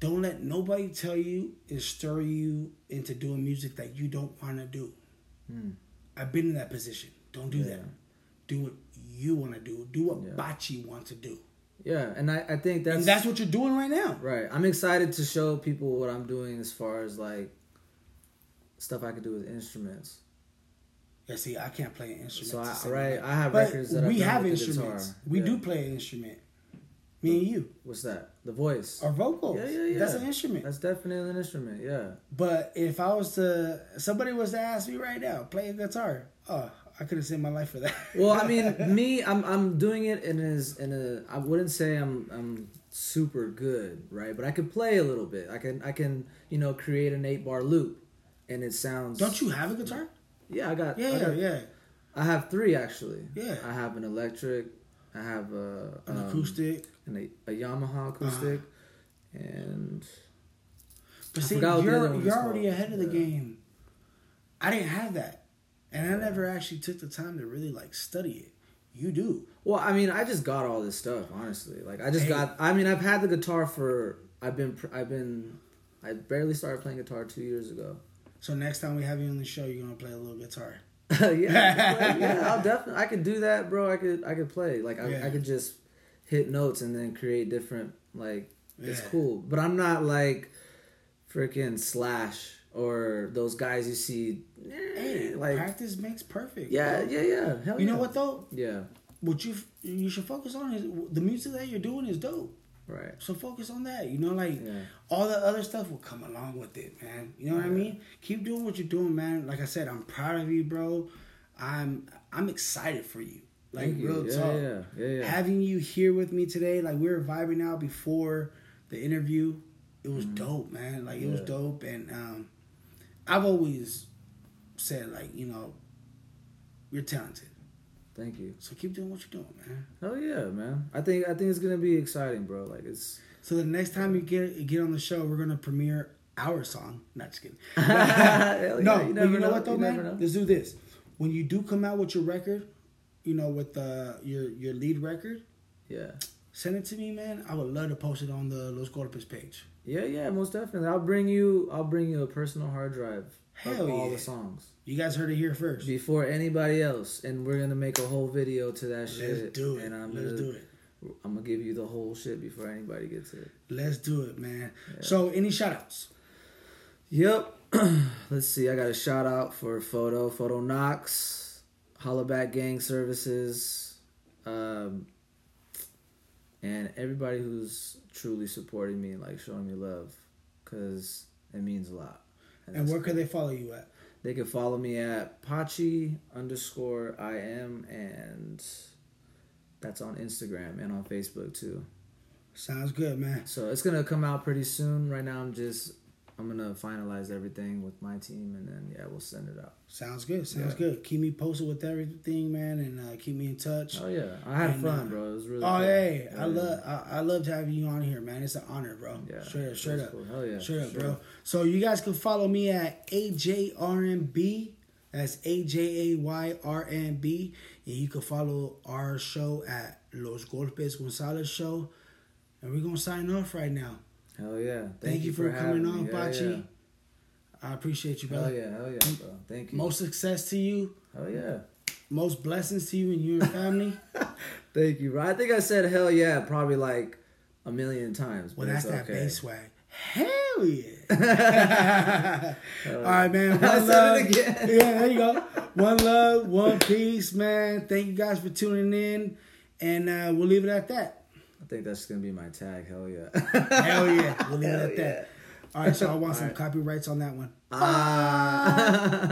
Speaker 1: Don't let nobody tell you and stir you into doing music that you don't want to do. I've been in that position. Don't do that.
Speaker 2: Hmm. Yeah.
Speaker 1: Do what you want to do. Do what
Speaker 2: Yeah.
Speaker 1: Bachi wants to do.
Speaker 2: yeah, and I, I think that's
Speaker 1: And that's what you're doing right now.
Speaker 2: right. I'm excited to show people what I'm doing as far as like stuff I can do with instruments.
Speaker 1: Yeah, see, I can't play an instrument.
Speaker 2: So
Speaker 1: to
Speaker 2: I,
Speaker 1: sing
Speaker 2: right,
Speaker 1: like-
Speaker 2: I have
Speaker 1: But
Speaker 2: records that
Speaker 1: we
Speaker 2: I've done
Speaker 1: have
Speaker 2: with the
Speaker 1: instruments.
Speaker 2: guitar.
Speaker 1: We
Speaker 2: Yeah.
Speaker 1: do play an instrument. Me and you.
Speaker 2: What's that? The voice.
Speaker 1: Our vocals.
Speaker 2: Yeah, yeah, yeah.
Speaker 1: That's an instrument.
Speaker 2: That's definitely an instrument. Yeah.
Speaker 1: But if I was to, somebody was to ask me right now, play a guitar. Oh, I could have saved my life for that.
Speaker 2: Well, I mean, me, I'm I'm doing it in as in a. I wouldn't say I'm I'm super good, right? But I can play a little bit. I can I can you know create an eight bar loop, and it sounds.
Speaker 1: don't you have a guitar?
Speaker 2: Yeah, I got.
Speaker 1: Yeah,
Speaker 2: I
Speaker 1: yeah,
Speaker 2: got,
Speaker 1: yeah.
Speaker 2: I have three actually.
Speaker 1: Yeah.
Speaker 2: I have an electric. I have a
Speaker 1: An
Speaker 2: um,
Speaker 1: acoustic. Uh-huh.
Speaker 2: and a, a Yamaha acoustic, and
Speaker 1: But
Speaker 2: I
Speaker 1: see,
Speaker 2: forgot what the other
Speaker 1: you're you're
Speaker 2: one was
Speaker 1: already
Speaker 2: called.
Speaker 1: ahead of the
Speaker 2: Yeah.
Speaker 1: game. I didn't have that, and I never actually took the time to really like study it. You do.
Speaker 2: well, I mean, I just got all this stuff honestly. Like I just
Speaker 1: Hey.
Speaker 2: got. I mean, I've had the guitar for. I've been. pr- I've been. I barely started playing guitar two years ago.
Speaker 1: So next time we have you on the show, you're gonna play a little guitar.
Speaker 2: yeah, yeah, I'll definitely. I could do that, bro. I could. I could play. Like I,
Speaker 1: Yeah.
Speaker 2: I could just hit notes and then create different. Like it's
Speaker 1: Yeah.
Speaker 2: cool, but I'm not like freaking Slash or those guys you see.
Speaker 1: Hey,
Speaker 2: eh, like
Speaker 1: practice makes perfect.
Speaker 2: yeah,
Speaker 1: bro.
Speaker 2: yeah, yeah. Hell
Speaker 1: You
Speaker 2: yeah.
Speaker 1: know what though?
Speaker 2: Yeah,
Speaker 1: What you f- you should focus on is the music that you're doing is dope.
Speaker 2: right.
Speaker 1: So focus on that. You know, like
Speaker 2: Yeah.
Speaker 1: all the other stuff will come along with it, man. You know what I mean? Keep doing what you're doing, man. Like I said, I'm proud of you, bro. I'm I'm excited for you. Like
Speaker 2: Thank you.
Speaker 1: real
Speaker 2: yeah,
Speaker 1: talk.
Speaker 2: yeah, yeah, yeah.
Speaker 1: Having you here with me today, like we were vibing out before the interview. It was dope, man. Like it was
Speaker 2: Mm-hmm. Yeah.
Speaker 1: dope and um I've always said like, you know, you're talented.
Speaker 2: Thank you.
Speaker 1: So keep doing what you're doing, man.
Speaker 2: Hell yeah, man. I think I think it's gonna be exciting, bro. Like it's.
Speaker 1: So the next time you get you get on the show, we're gonna premiere our song. Not just kidding.
Speaker 2: Hell
Speaker 1: no,
Speaker 2: yeah,
Speaker 1: but you know, what though, man?
Speaker 2: never know.
Speaker 1: Let's do this. When you do come out with your record, you know, with uh, your your lead record,
Speaker 2: Yeah.
Speaker 1: send it to me, man. I would love to post it on the Los Golpes page.
Speaker 2: Yeah, yeah, most definitely. I'll bring you. I'll bring you a personal hard drive
Speaker 1: Hell
Speaker 2: of all
Speaker 1: yeah.
Speaker 2: the songs
Speaker 1: You guys heard it here first.
Speaker 2: before anybody else, and we're gonna make a whole video to that shit.
Speaker 1: Let's do it.
Speaker 2: And I'm
Speaker 1: Let's
Speaker 2: gonna,
Speaker 1: do it.
Speaker 2: I'm gonna give you the whole shit before anybody gets it.
Speaker 1: Let's do it, man. So any shout outs?
Speaker 2: Yep. Let's see. I got a shout out for Photo, Photo Knox, Hollaback Gang Services, um, and everybody who's truly supporting me, like showing me love, cause it means a lot.
Speaker 1: And
Speaker 2: that's
Speaker 1: where could they follow you at?
Speaker 2: They can follow me at Pachi underscore I am, and that's on Instagram and on Facebook too.
Speaker 1: Sounds good, man.
Speaker 2: So it's gonna come out pretty soon. Right now, I'm just I'm gonna finalize everything with my team, and then yeah, we'll send it out.
Speaker 1: Sounds good. Sounds
Speaker 2: Yeah.
Speaker 1: good. Keep me posted with everything, man, and uh, keep me in touch.
Speaker 2: Oh yeah, I had
Speaker 1: And,
Speaker 2: fun,
Speaker 1: uh,
Speaker 2: bro. It was really.
Speaker 1: Oh
Speaker 2: fun.
Speaker 1: hey, I
Speaker 2: Yeah.
Speaker 1: love I, I loved having you on here, man. It's an honor, bro.
Speaker 2: Yeah,
Speaker 1: straight up,
Speaker 2: that's
Speaker 1: straight up,
Speaker 2: cool. Hell yeah,
Speaker 1: straight up,
Speaker 2: sure.
Speaker 1: bro. So you guys can follow me at AJRMB. That's A J A Y R M B, and you can follow our show at Los Golpes Gonzalez Show. And we're gonna sign off right now.
Speaker 2: Hell yeah! Thank,
Speaker 1: Thank, you for, coming
Speaker 2: having
Speaker 1: on,
Speaker 2: me. Yeah,
Speaker 1: Bachi. I appreciate you,
Speaker 2: Yeah. Hell
Speaker 1: brother.
Speaker 2: yeah! Hell yeah, bro. Thank you.
Speaker 1: Mm, Most success to you.
Speaker 2: Hell yeah!
Speaker 1: Most blessings to you and your family.
Speaker 2: Thank you, bro. I think I said hell yeah probably like a million times. But
Speaker 1: Well, that's
Speaker 2: it's
Speaker 1: that
Speaker 2: okay.
Speaker 1: bass swag. Hell yeah! All right, man. One
Speaker 2: I
Speaker 1: love.
Speaker 2: said it again.
Speaker 1: Yeah, there you go. One love, one peace, man. Thank you guys for tuning in, and uh, we'll leave it at that.
Speaker 2: I think that's gonna be my tag. Hell yeah.
Speaker 1: Hell yeah. We'll leave it
Speaker 2: Hell
Speaker 1: at that. All right, so I want some copyrights on that one.
Speaker 2: Ah.